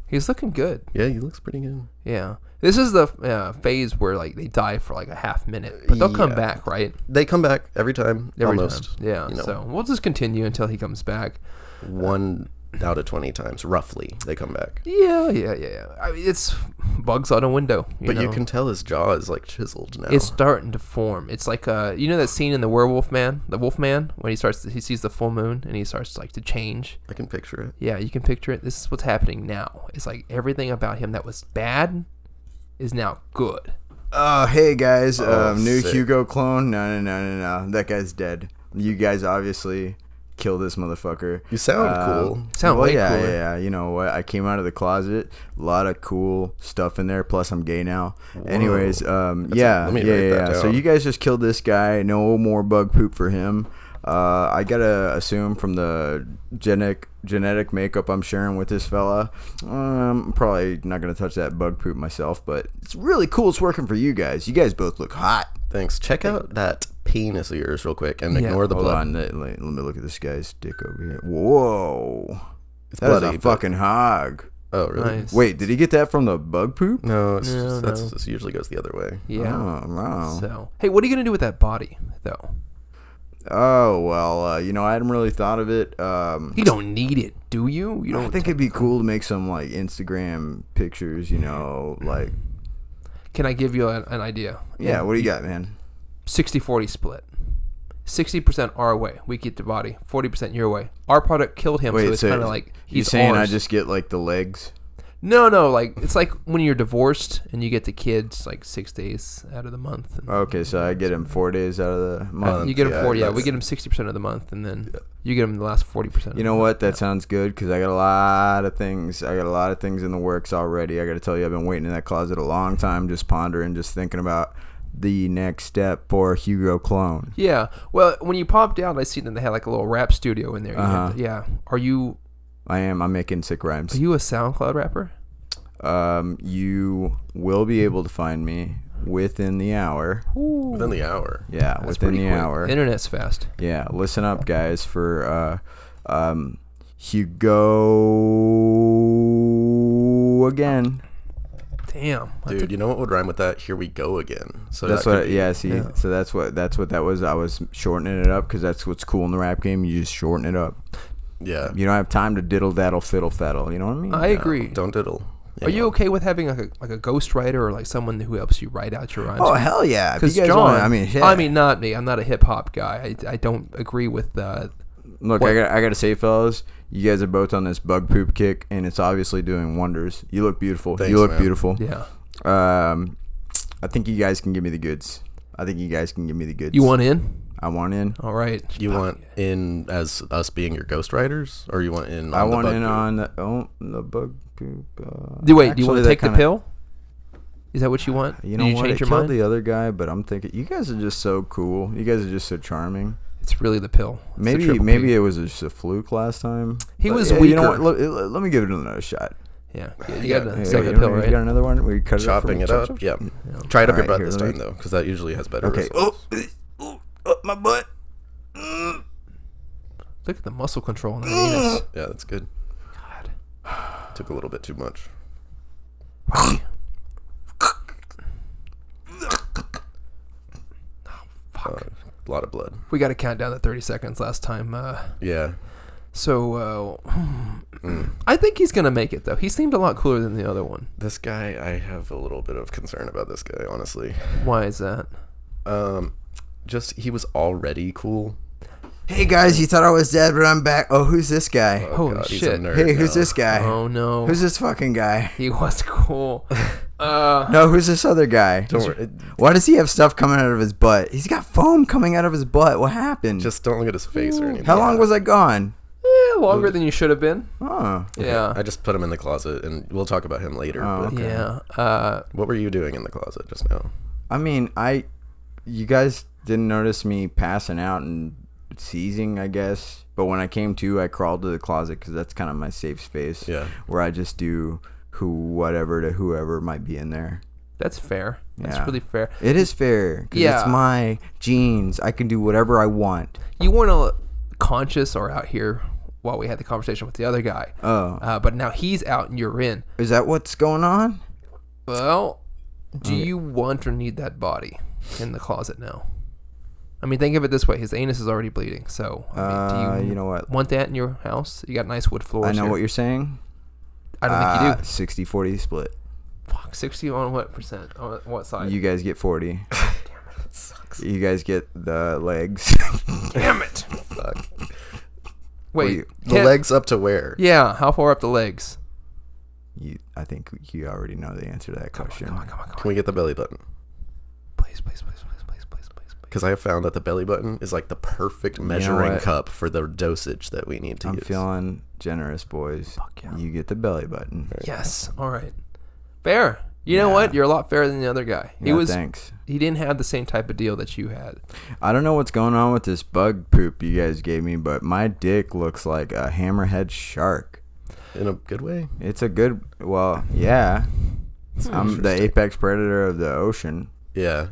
[SPEAKER 4] He's looking good.
[SPEAKER 3] Yeah, he looks pretty good.
[SPEAKER 4] Yeah. This is the uh, phase where like they die for like a half minute, but they'll come
[SPEAKER 3] Yeah.
[SPEAKER 4] back, right?
[SPEAKER 3] They come back every time.
[SPEAKER 4] Every
[SPEAKER 3] almost.
[SPEAKER 4] time. Yeah.
[SPEAKER 3] you know.
[SPEAKER 4] So we'll just continue until he comes back.
[SPEAKER 3] One out of 20 times, roughly, they come back.
[SPEAKER 4] Yeah, yeah, yeah. yeah. I mean, it's bugs on a window. You
[SPEAKER 3] But you
[SPEAKER 4] know?
[SPEAKER 3] can tell his jaw is like chiseled now.
[SPEAKER 4] It's starting to form. It's like uh, you know that scene in the werewolf man, the wolf man, when he starts, he sees the full moon and he starts like to change.
[SPEAKER 3] I can picture it.
[SPEAKER 4] Yeah, you can picture it. This is what's happening now. It's like everything about him that was bad is now good.
[SPEAKER 2] Uh, hey guys,
[SPEAKER 3] Oh,
[SPEAKER 2] um, new
[SPEAKER 3] sick.
[SPEAKER 2] Hugo clone. No, no, no, no, no. That guy's dead. You guys obviously killed this motherfucker.
[SPEAKER 3] You sound
[SPEAKER 2] Uh,
[SPEAKER 3] cool.
[SPEAKER 4] Sound
[SPEAKER 2] well,
[SPEAKER 4] way
[SPEAKER 2] yeah,
[SPEAKER 4] cooler.
[SPEAKER 2] yeah, Um, yeah. You know what? I came out of the closet. A lot of cool stuff in there. Plus, I'm gay now. Anyways, um, yeah,
[SPEAKER 3] let me
[SPEAKER 2] yeah,
[SPEAKER 3] write
[SPEAKER 2] yeah.
[SPEAKER 3] that
[SPEAKER 2] yeah. So
[SPEAKER 3] down.
[SPEAKER 2] you guys just killed this guy. No more bug poop for him. Uh, I gotta assume from the genetic genetic makeup I'm sharing with this fella, um, probably not gonna touch that bug poop myself. But it's really cool. It's working for you guys. You guys both look hot.
[SPEAKER 3] Thanks. Check out that penis of yours real quick and
[SPEAKER 4] Yeah.
[SPEAKER 3] ignore the
[SPEAKER 2] Hold
[SPEAKER 3] blood.
[SPEAKER 2] on, let, let- let me look at this guy's dick over here. Whoa,
[SPEAKER 3] It's
[SPEAKER 2] that's
[SPEAKER 3] bloody.
[SPEAKER 2] a
[SPEAKER 3] but-
[SPEAKER 2] fucking hog.
[SPEAKER 3] Oh, really?
[SPEAKER 4] Nice.
[SPEAKER 2] Wait, did he get that from the bug poop?
[SPEAKER 3] No, it's
[SPEAKER 4] No,
[SPEAKER 3] just, that's
[SPEAKER 4] no.
[SPEAKER 3] just usually goes the other way.
[SPEAKER 4] Yeah.
[SPEAKER 2] Oh, wow.
[SPEAKER 4] So, hey, what are you gonna do with that body though?
[SPEAKER 2] Oh, well, uh, you know, I hadn't really thought of it. Um,
[SPEAKER 4] You don't need it, do you? You
[SPEAKER 2] I
[SPEAKER 4] don't.
[SPEAKER 2] think it'd be cool to make some, like, Instagram pictures, you know, like,
[SPEAKER 4] Can I give you an, an idea?
[SPEAKER 2] yeah, what do you got, man?
[SPEAKER 4] 60-40 split. Sixty percent our way, we get the body. Forty percent your way. Our product killed him, so
[SPEAKER 2] Wait,
[SPEAKER 4] it's
[SPEAKER 2] so
[SPEAKER 4] kind of like
[SPEAKER 2] you
[SPEAKER 4] he's
[SPEAKER 2] saying
[SPEAKER 4] ours.
[SPEAKER 2] I just get, like, the legs?
[SPEAKER 4] no, no. Like it's like when you're divorced and you get the kids like six days out of the month. and-
[SPEAKER 2] Okay, so I get him four days out of the month.
[SPEAKER 4] Uh, you get him
[SPEAKER 3] yeah,
[SPEAKER 4] forty. Yeah, we
[SPEAKER 3] that's-
[SPEAKER 4] get him sixty percent of the month, and then you get him the last forty percent.
[SPEAKER 2] You know what? That sounds good because I got a lot of things. I got a lot of things in the works already. I got to tell you, I've been waiting in that closet a long time, just pondering, just thinking about the next step for Hugo Clone.
[SPEAKER 4] Yeah. Well, when you popped out, I seen that they had like a little rap studio in there. You
[SPEAKER 2] Uh-huh.
[SPEAKER 4] had- Yeah. Are you
[SPEAKER 2] I am. I'm making sick
[SPEAKER 4] are
[SPEAKER 2] rhymes.
[SPEAKER 4] you a SoundCloud rapper?
[SPEAKER 2] Um, you will be able to find me within the hour.
[SPEAKER 3] Within the hour.
[SPEAKER 2] Yeah, within the
[SPEAKER 4] Pretty quick.
[SPEAKER 2] hour.
[SPEAKER 4] Internet's fast.
[SPEAKER 2] yeah, listen up, guys, for uh, um, Hugo again.
[SPEAKER 4] Damn. I
[SPEAKER 3] Dude,
[SPEAKER 4] took-
[SPEAKER 3] you know what would rhyme with that? Here we go again. So
[SPEAKER 2] That's
[SPEAKER 3] Oh, that could
[SPEAKER 2] what.
[SPEAKER 3] be-
[SPEAKER 2] Yeah. See. So that's what. That's what that was. I was shortening it up because that's what's cool in the rap game. You just shorten it up.
[SPEAKER 3] Yeah.
[SPEAKER 2] You don't have time to diddle daddle fiddle faddle. You know what I mean?
[SPEAKER 4] I agree.
[SPEAKER 3] Don't diddle.
[SPEAKER 4] Are you okay with having like a like a ghostwriter or like someone who helps you write out your rhymes?
[SPEAKER 2] oh hell yeah! If you
[SPEAKER 4] Because
[SPEAKER 2] guys
[SPEAKER 4] John,
[SPEAKER 2] want, I mean, shit.
[SPEAKER 4] I mean, not me. I'm not a hip hop guy. I, I don't agree with uh,
[SPEAKER 2] Look, I got I gotta say, fellas, you guys are both on this bug poop kick, and it's obviously doing wonders. You look beautiful.
[SPEAKER 3] Thanks,
[SPEAKER 2] you look
[SPEAKER 3] man.
[SPEAKER 2] beautiful.
[SPEAKER 4] yeah.
[SPEAKER 2] Um, I think you guys can give me the goods. I think you guys can give me the goods.
[SPEAKER 4] You want in?
[SPEAKER 2] I want in.
[SPEAKER 4] All right.
[SPEAKER 3] You
[SPEAKER 2] Oh,
[SPEAKER 3] want in as us being your ghost riders, or you want in? On
[SPEAKER 2] I
[SPEAKER 3] the
[SPEAKER 2] want
[SPEAKER 3] bug
[SPEAKER 2] in
[SPEAKER 3] group?
[SPEAKER 2] on the oh, the bug. group, Uh,
[SPEAKER 4] Do, wait, do you
[SPEAKER 2] actually,
[SPEAKER 4] want to
[SPEAKER 2] that
[SPEAKER 4] take the
[SPEAKER 2] kinda-
[SPEAKER 4] pill? Is that what you want?
[SPEAKER 2] You
[SPEAKER 4] Did
[SPEAKER 2] know
[SPEAKER 4] you
[SPEAKER 2] what?
[SPEAKER 4] change
[SPEAKER 2] it
[SPEAKER 4] your
[SPEAKER 2] killed
[SPEAKER 4] mind?
[SPEAKER 2] the other guy, but I'm thinking you guys are just so cool. You guys are just so charming.
[SPEAKER 4] It's really the pill. It's the
[SPEAKER 2] Maybe
[SPEAKER 4] triple
[SPEAKER 2] maybe
[SPEAKER 4] P.
[SPEAKER 2] it was just a fluke last time.
[SPEAKER 4] He
[SPEAKER 2] But
[SPEAKER 4] was
[SPEAKER 2] yeah, You know what?
[SPEAKER 4] weaker.
[SPEAKER 2] Let, let- let me give it another shot.
[SPEAKER 4] yeah. You- You
[SPEAKER 3] Yeah,
[SPEAKER 4] got
[SPEAKER 2] Hey,
[SPEAKER 4] the second
[SPEAKER 2] you know,
[SPEAKER 4] pill,
[SPEAKER 2] you
[SPEAKER 4] right?
[SPEAKER 2] got another one? We cut it up for
[SPEAKER 3] chopping
[SPEAKER 2] me?
[SPEAKER 3] it
[SPEAKER 2] Chop,
[SPEAKER 3] up.
[SPEAKER 2] chop.
[SPEAKER 3] Yeah. Try it up
[SPEAKER 2] Alright,
[SPEAKER 3] your butt
[SPEAKER 2] here,
[SPEAKER 3] this
[SPEAKER 2] let me-
[SPEAKER 3] time though, because that usually has better.
[SPEAKER 2] Okay.
[SPEAKER 3] results.
[SPEAKER 2] Oh, oh, up my butt.
[SPEAKER 4] Look at the muscle control on that anus.
[SPEAKER 3] Yeah, that's good.
[SPEAKER 4] God.
[SPEAKER 3] Took a little bit too much.
[SPEAKER 4] Wow.
[SPEAKER 2] Uh.
[SPEAKER 4] Fuck.
[SPEAKER 3] A Uh, lot of blood.
[SPEAKER 4] We got to count down the 30 seconds last time. Uh,
[SPEAKER 3] Yeah.
[SPEAKER 4] so uh,
[SPEAKER 2] Mm.
[SPEAKER 4] I think he's going to make it, though. He seemed a lot cooler than the other one.
[SPEAKER 3] This guy, I have a little bit of concern about this guy, honestly.
[SPEAKER 4] Why is that?
[SPEAKER 3] Um, just he was already cool.
[SPEAKER 2] Hey guys, you thought I was dead, but I'm back. Oh, who's this guy?
[SPEAKER 3] Oh,
[SPEAKER 4] Holy
[SPEAKER 3] he's a
[SPEAKER 4] shit.
[SPEAKER 3] nerd
[SPEAKER 2] hey, who's
[SPEAKER 3] now.
[SPEAKER 2] this guy?
[SPEAKER 4] Oh, no.
[SPEAKER 2] Eh. Who's this fucking guy?
[SPEAKER 4] he was cool. uh,
[SPEAKER 2] No, who's this other guy?
[SPEAKER 3] Don't worry. it-
[SPEAKER 2] Why does he have stuff coming out of his butt? He's got foam coming out of his butt. What happened?
[SPEAKER 3] Just don't look at his face or anything.
[SPEAKER 2] how long was I gone?
[SPEAKER 4] eh, longer than you should have been.
[SPEAKER 2] Oh,
[SPEAKER 4] Yeah.
[SPEAKER 3] I just put him in the closet, and we'll talk about him later.
[SPEAKER 2] Oh,
[SPEAKER 3] but
[SPEAKER 2] okay.
[SPEAKER 4] Yeah. Uh,
[SPEAKER 3] What were you doing in the closet just now?
[SPEAKER 2] I mean, I, you guys didn't notice me passing out and seizing, I guess. But when I came to, I crawled to the closet because that's kind of my safe space.
[SPEAKER 3] Yeah.
[SPEAKER 2] Where I just do who whatever to whoever might be in there.
[SPEAKER 4] that's fair.
[SPEAKER 2] Yeah.
[SPEAKER 4] That's really fair.
[SPEAKER 2] It is fair. 'cause
[SPEAKER 4] Yeah.
[SPEAKER 2] It's my genes. I can do whatever I want.
[SPEAKER 4] You weren't all conscious or out here while we had the conversation with the other guy.
[SPEAKER 2] Oh.
[SPEAKER 4] Uh, but now he's out and you're in.
[SPEAKER 2] Is that what's going on?
[SPEAKER 4] Well, do you want or need that body in the closet now? I mean, think of it this way: his anus is already bleeding. So, I mean,
[SPEAKER 2] Uh,
[SPEAKER 4] do you,
[SPEAKER 2] you know what?
[SPEAKER 4] want that in your house? You got nice wood floors.
[SPEAKER 2] I know
[SPEAKER 4] here.
[SPEAKER 2] what you're saying.
[SPEAKER 4] I don't
[SPEAKER 2] uh,
[SPEAKER 4] think you do.
[SPEAKER 2] 60 40 split.
[SPEAKER 4] Fuck, sixty on what percent? On what side?
[SPEAKER 2] uh, You guys get 40. You guys get the legs.
[SPEAKER 4] Damn it!
[SPEAKER 3] Fuck.
[SPEAKER 4] Wait,
[SPEAKER 2] you-
[SPEAKER 3] The
[SPEAKER 4] ten-
[SPEAKER 3] legs up to where?
[SPEAKER 4] Yeah, how far up the legs?
[SPEAKER 2] you, I think you already know the answer to that question.
[SPEAKER 4] Come on, come on, come on!
[SPEAKER 3] Can we get the belly button?
[SPEAKER 4] Please, please, please, please, please, please, please, please.
[SPEAKER 3] Because I have found that the belly button is like the perfect measuring
[SPEAKER 2] what?
[SPEAKER 3] cup for the dosage that we need to
[SPEAKER 2] I'm
[SPEAKER 3] use.
[SPEAKER 2] feeling generous, boys.
[SPEAKER 4] Fuck yeah.
[SPEAKER 2] You get the belly button.
[SPEAKER 4] Yes. All right. Fair. You know what? You're a lot fairer than the other guy. he
[SPEAKER 2] Yeah,
[SPEAKER 4] was.
[SPEAKER 2] thanks.
[SPEAKER 4] He didn't have the same type of deal that you had.
[SPEAKER 2] I don't know what's going on with this bug poop you guys gave me, but my dick looks like a hammerhead shark.
[SPEAKER 3] in a good way.
[SPEAKER 2] It's a good, well, yeah.
[SPEAKER 4] Hmm.
[SPEAKER 2] I'm the apex predator of the ocean.
[SPEAKER 3] Yeah.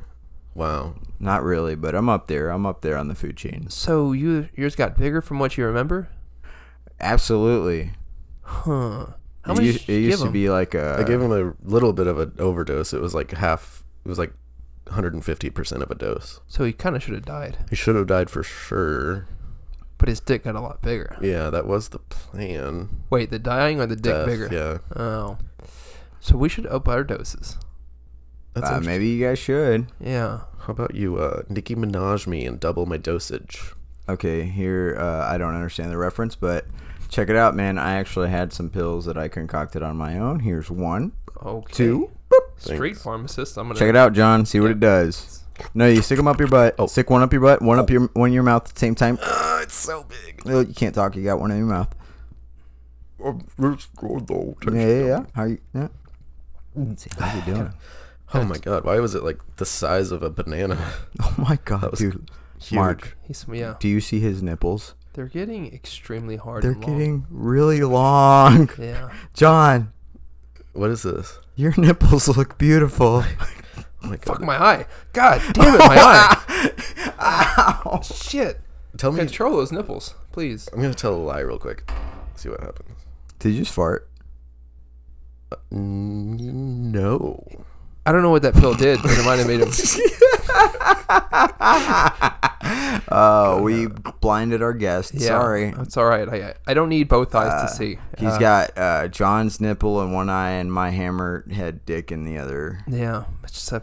[SPEAKER 3] Wow.
[SPEAKER 2] Not really, but I'm up there. I'm up there on the food chain.
[SPEAKER 4] So you yours got bigger from what you remember?
[SPEAKER 2] Absolutely.
[SPEAKER 4] Huh. How
[SPEAKER 2] it
[SPEAKER 4] much
[SPEAKER 2] used,
[SPEAKER 4] did you
[SPEAKER 2] it
[SPEAKER 4] give
[SPEAKER 2] used to
[SPEAKER 4] him?
[SPEAKER 2] be like a.
[SPEAKER 3] I gave him a little bit of an overdose. It was like half. It was like 150 percent of a dose.
[SPEAKER 4] So he kind of should have died,
[SPEAKER 3] He should have died for sure.
[SPEAKER 4] but his dick got a lot bigger.
[SPEAKER 3] Yeah, that was the plan.
[SPEAKER 4] Wait, the dying or the dick
[SPEAKER 3] Death,
[SPEAKER 4] bigger?
[SPEAKER 3] Yeah.
[SPEAKER 4] Oh. So we should up our doses.
[SPEAKER 3] That's
[SPEAKER 2] uh,
[SPEAKER 3] interesting.
[SPEAKER 2] maybe you guys should.
[SPEAKER 4] Yeah.
[SPEAKER 3] How about you, uh, Nicki Minaj me and double my dosage?
[SPEAKER 2] Okay, here uh, I don't understand the reference, but check it out, man. I actually had some pills that I concocted on my own. Here's one,
[SPEAKER 4] Okay.
[SPEAKER 2] two.
[SPEAKER 4] Street pharmacist. I'm gonna
[SPEAKER 2] Check it out, John. See what it does. No, you stick them up your butt. Oh. Stick one up your butt, one up your one in your mouth at the same time.
[SPEAKER 3] Ah, it's so big.
[SPEAKER 2] Oh, you can't talk. You got one in your mouth.
[SPEAKER 3] It's good though.
[SPEAKER 2] Yeah, yeah, yeah. How you? Yeah. Let's see, how's he doing?
[SPEAKER 3] Oh my god, why was it like the size of a banana?
[SPEAKER 2] Oh my god,
[SPEAKER 3] was
[SPEAKER 2] dude.
[SPEAKER 3] Huge.
[SPEAKER 2] Mark,
[SPEAKER 4] He's yeah.
[SPEAKER 2] do you see his nipples?
[SPEAKER 4] They're getting extremely hard.
[SPEAKER 2] They're
[SPEAKER 4] and long.
[SPEAKER 2] getting really long.
[SPEAKER 4] Yeah.
[SPEAKER 2] John,
[SPEAKER 3] What is this?
[SPEAKER 2] your nipples look beautiful.
[SPEAKER 3] Oh my god.
[SPEAKER 4] Fuck my eye. God damn it, my eye. Shit.
[SPEAKER 3] Tell me.
[SPEAKER 4] Control those nipples, please.
[SPEAKER 3] I'm gonna tell a lie real quick. See what happens.
[SPEAKER 2] Did you just fart?
[SPEAKER 3] Mm, No.
[SPEAKER 4] I don't know what that pill did, but it might have made him.
[SPEAKER 2] Uh, we blinded our guest.
[SPEAKER 4] Yeah,
[SPEAKER 2] Sorry. Uh,
[SPEAKER 4] It's all right. I I don't need both eyes to see.
[SPEAKER 2] He's got uh, John's nipple in one eye and my hammerhead dick in the other.
[SPEAKER 4] Yeah, it's just I,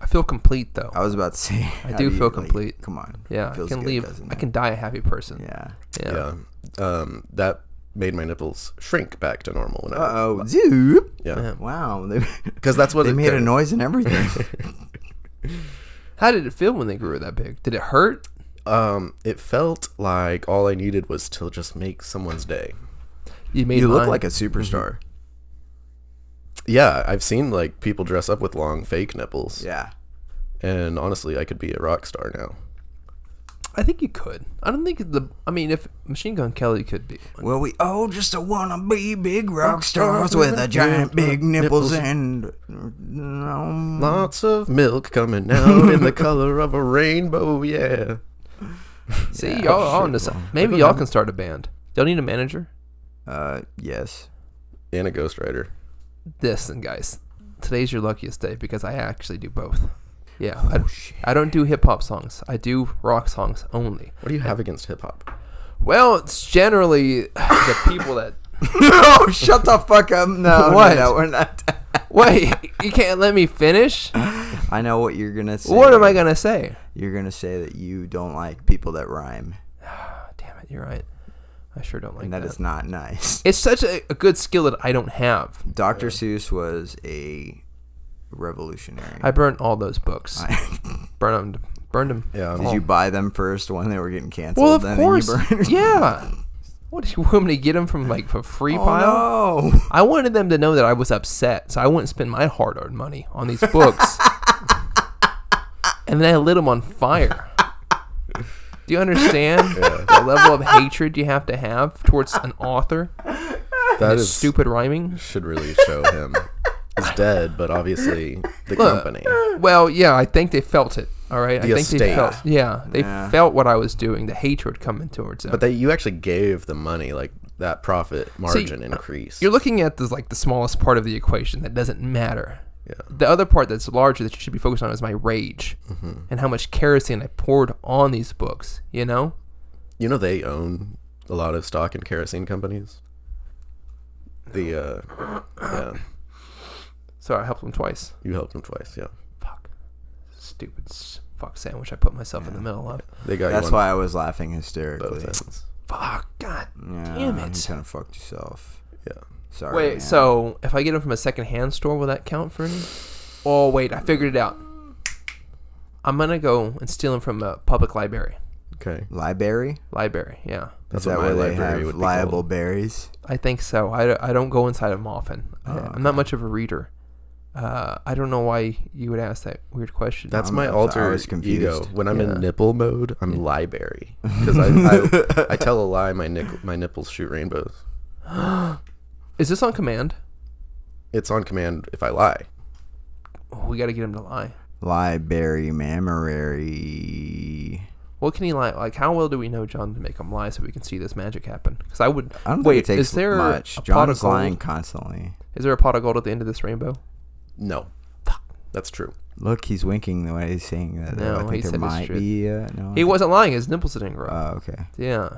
[SPEAKER 4] I feel complete though.
[SPEAKER 2] I was about to say. I
[SPEAKER 4] do feel complete.
[SPEAKER 2] come on.
[SPEAKER 4] yeah, I
[SPEAKER 2] Oh, Feels
[SPEAKER 4] can
[SPEAKER 2] good,
[SPEAKER 4] leave.
[SPEAKER 2] doesn't
[SPEAKER 4] I
[SPEAKER 2] it?
[SPEAKER 4] can die a happy person.
[SPEAKER 2] Yeah.
[SPEAKER 4] Yeah.
[SPEAKER 3] Yeah. Um, that made my nipples shrink back to normal when I.
[SPEAKER 2] Uh oh. Zoop.
[SPEAKER 3] Yeah.
[SPEAKER 2] Wow. Because
[SPEAKER 3] that's what
[SPEAKER 2] they
[SPEAKER 3] it
[SPEAKER 2] made a
[SPEAKER 3] did.
[SPEAKER 2] noise and everything.
[SPEAKER 4] How did it feel when they grew that big? Did it hurt?
[SPEAKER 3] Um, it felt like all I needed was to just make someone's day.
[SPEAKER 4] You made
[SPEAKER 2] You look
[SPEAKER 4] mine.
[SPEAKER 2] like a superstar.
[SPEAKER 3] Yeah, I've seen like people dress up with long fake nipples,
[SPEAKER 2] Yeah.
[SPEAKER 3] and honestly, I could be a rock star now.
[SPEAKER 4] I think you could. I don't think the. I mean, if Machine Gun Kelly could be. one.
[SPEAKER 2] Well, we all just wanna be big rock stars with a giant big nipples and um,
[SPEAKER 3] Lots of milk coming out in the color of a rainbow. Yeah.
[SPEAKER 4] See, y'all
[SPEAKER 2] oh,
[SPEAKER 4] are on this. Maybe y'all can start a band. Y'all need a manager.
[SPEAKER 2] uh yes.
[SPEAKER 3] And a ghostwriter.
[SPEAKER 4] Listen, guys, today's your luckiest day because I actually do both. Yeah, I, I don't do hip hop songs. I do rock songs only.
[SPEAKER 3] What do you have against hip hop?
[SPEAKER 4] Well, it's generally the people that.
[SPEAKER 2] oh, shut the fuck up. No,
[SPEAKER 4] What?
[SPEAKER 2] no, no, we're not.
[SPEAKER 4] Wait, you can't let me finish.
[SPEAKER 2] I know what you're gonna say.
[SPEAKER 4] What am I gonna say?
[SPEAKER 2] You're gonna say that you don't like people that rhyme,
[SPEAKER 4] Oh, damn it, you're right. I sure don't like
[SPEAKER 2] and
[SPEAKER 4] that.
[SPEAKER 2] that is not nice.
[SPEAKER 4] It's such a, a good skill that I don't have.
[SPEAKER 2] Dr. Seuss was a revolutionary.
[SPEAKER 4] I burnt all those books. Burned them. Burned them.
[SPEAKER 3] Yeah. I'm
[SPEAKER 2] Did you buy them first when they were getting canceled?
[SPEAKER 4] Oh. Well, of
[SPEAKER 2] and then you
[SPEAKER 4] course.
[SPEAKER 2] burned-
[SPEAKER 4] yeah. What do you want me to get them from like for free pile?
[SPEAKER 2] Oh, no.
[SPEAKER 4] I wanted them to know that I was upset, so I wouldn't spend my hard-earned money on these books. and then I lit them on fire. Do you understand the level of hatred you have to have towards an author?
[SPEAKER 3] that is
[SPEAKER 4] Stupid rhyming.
[SPEAKER 3] Should really show him. He's dead, but obviously the company.
[SPEAKER 4] Well, yeah, I think they felt it. All right, I
[SPEAKER 3] The
[SPEAKER 4] think they
[SPEAKER 3] estate.
[SPEAKER 4] felt. Yeah, they
[SPEAKER 2] Yeah.
[SPEAKER 4] felt what I was doing, the hatred coming towards them.
[SPEAKER 3] But they, you actually gave the money, like that profit margin increase.
[SPEAKER 4] You're looking at this like the smallest part of the equation that doesn't matter.
[SPEAKER 3] Yeah.
[SPEAKER 4] The other part that's larger that you should be focused on is my rage and how much kerosene I poured on these books. You know,
[SPEAKER 3] You know they own a lot of stock in kerosene companies. The uh, yeah,
[SPEAKER 4] so I helped them twice.
[SPEAKER 3] you helped them twice. Yeah,
[SPEAKER 4] Fuck, stupid s- fuck sandwich I put myself in the middle of.
[SPEAKER 3] they got
[SPEAKER 2] that's
[SPEAKER 3] you on
[SPEAKER 2] why I was laughing
[SPEAKER 3] both
[SPEAKER 2] hysterically.
[SPEAKER 3] ends.
[SPEAKER 4] Fuck, god
[SPEAKER 2] Yeah,
[SPEAKER 4] damn
[SPEAKER 2] You
[SPEAKER 4] it.
[SPEAKER 2] kind of fucked yourself.
[SPEAKER 3] Yeah,
[SPEAKER 2] Sorry.
[SPEAKER 4] Wait,
[SPEAKER 2] man.
[SPEAKER 4] so if I get them from a secondhand store, will that count for any? Oh wait, I figured it out. I'm gonna go and steal them from a public library.
[SPEAKER 3] okay.
[SPEAKER 2] library?
[SPEAKER 4] Library, yeah.
[SPEAKER 3] That's
[SPEAKER 2] Is that
[SPEAKER 3] what my
[SPEAKER 2] where they
[SPEAKER 3] library
[SPEAKER 2] have
[SPEAKER 3] would be
[SPEAKER 2] liable
[SPEAKER 3] liable.
[SPEAKER 2] berries?
[SPEAKER 4] I think so. I, d- I don't go inside them often. I, I'm not much of a reader. Uh, I don't know why you would ask that weird question.
[SPEAKER 3] That's
[SPEAKER 2] I'm-
[SPEAKER 3] my
[SPEAKER 2] I'm- I
[SPEAKER 3] alter
[SPEAKER 2] was confused.
[SPEAKER 3] ego. When I'm
[SPEAKER 4] Yeah.
[SPEAKER 3] in nipple mode, I'm library because I, I, I tell a lie. My nick, my nipples shoot rainbows.
[SPEAKER 4] is this on command?
[SPEAKER 3] It's on command if I lie.
[SPEAKER 4] Oh, we got to get him to lie.
[SPEAKER 2] Library mammary.
[SPEAKER 4] What can he lie? Like, how well do we know John to make him lie so we can see this magic happen? Because I would.
[SPEAKER 2] I don't
[SPEAKER 4] wait,
[SPEAKER 2] think it takes
[SPEAKER 4] is there
[SPEAKER 2] much.
[SPEAKER 4] a pot of
[SPEAKER 2] John's
[SPEAKER 4] gold?
[SPEAKER 2] lying constantly.
[SPEAKER 4] Is there a pot of gold at the end of this rainbow?
[SPEAKER 3] No, that's true.
[SPEAKER 2] Look, he's winking the way he's saying that. though.
[SPEAKER 4] No,
[SPEAKER 2] I
[SPEAKER 4] he
[SPEAKER 2] think there
[SPEAKER 4] said it's
[SPEAKER 2] might
[SPEAKER 4] true.
[SPEAKER 2] be. Uh, no, I
[SPEAKER 4] He
[SPEAKER 2] think-
[SPEAKER 4] wasn't lying. His nipples didn't grow.
[SPEAKER 2] Oh, okay.
[SPEAKER 4] yeah.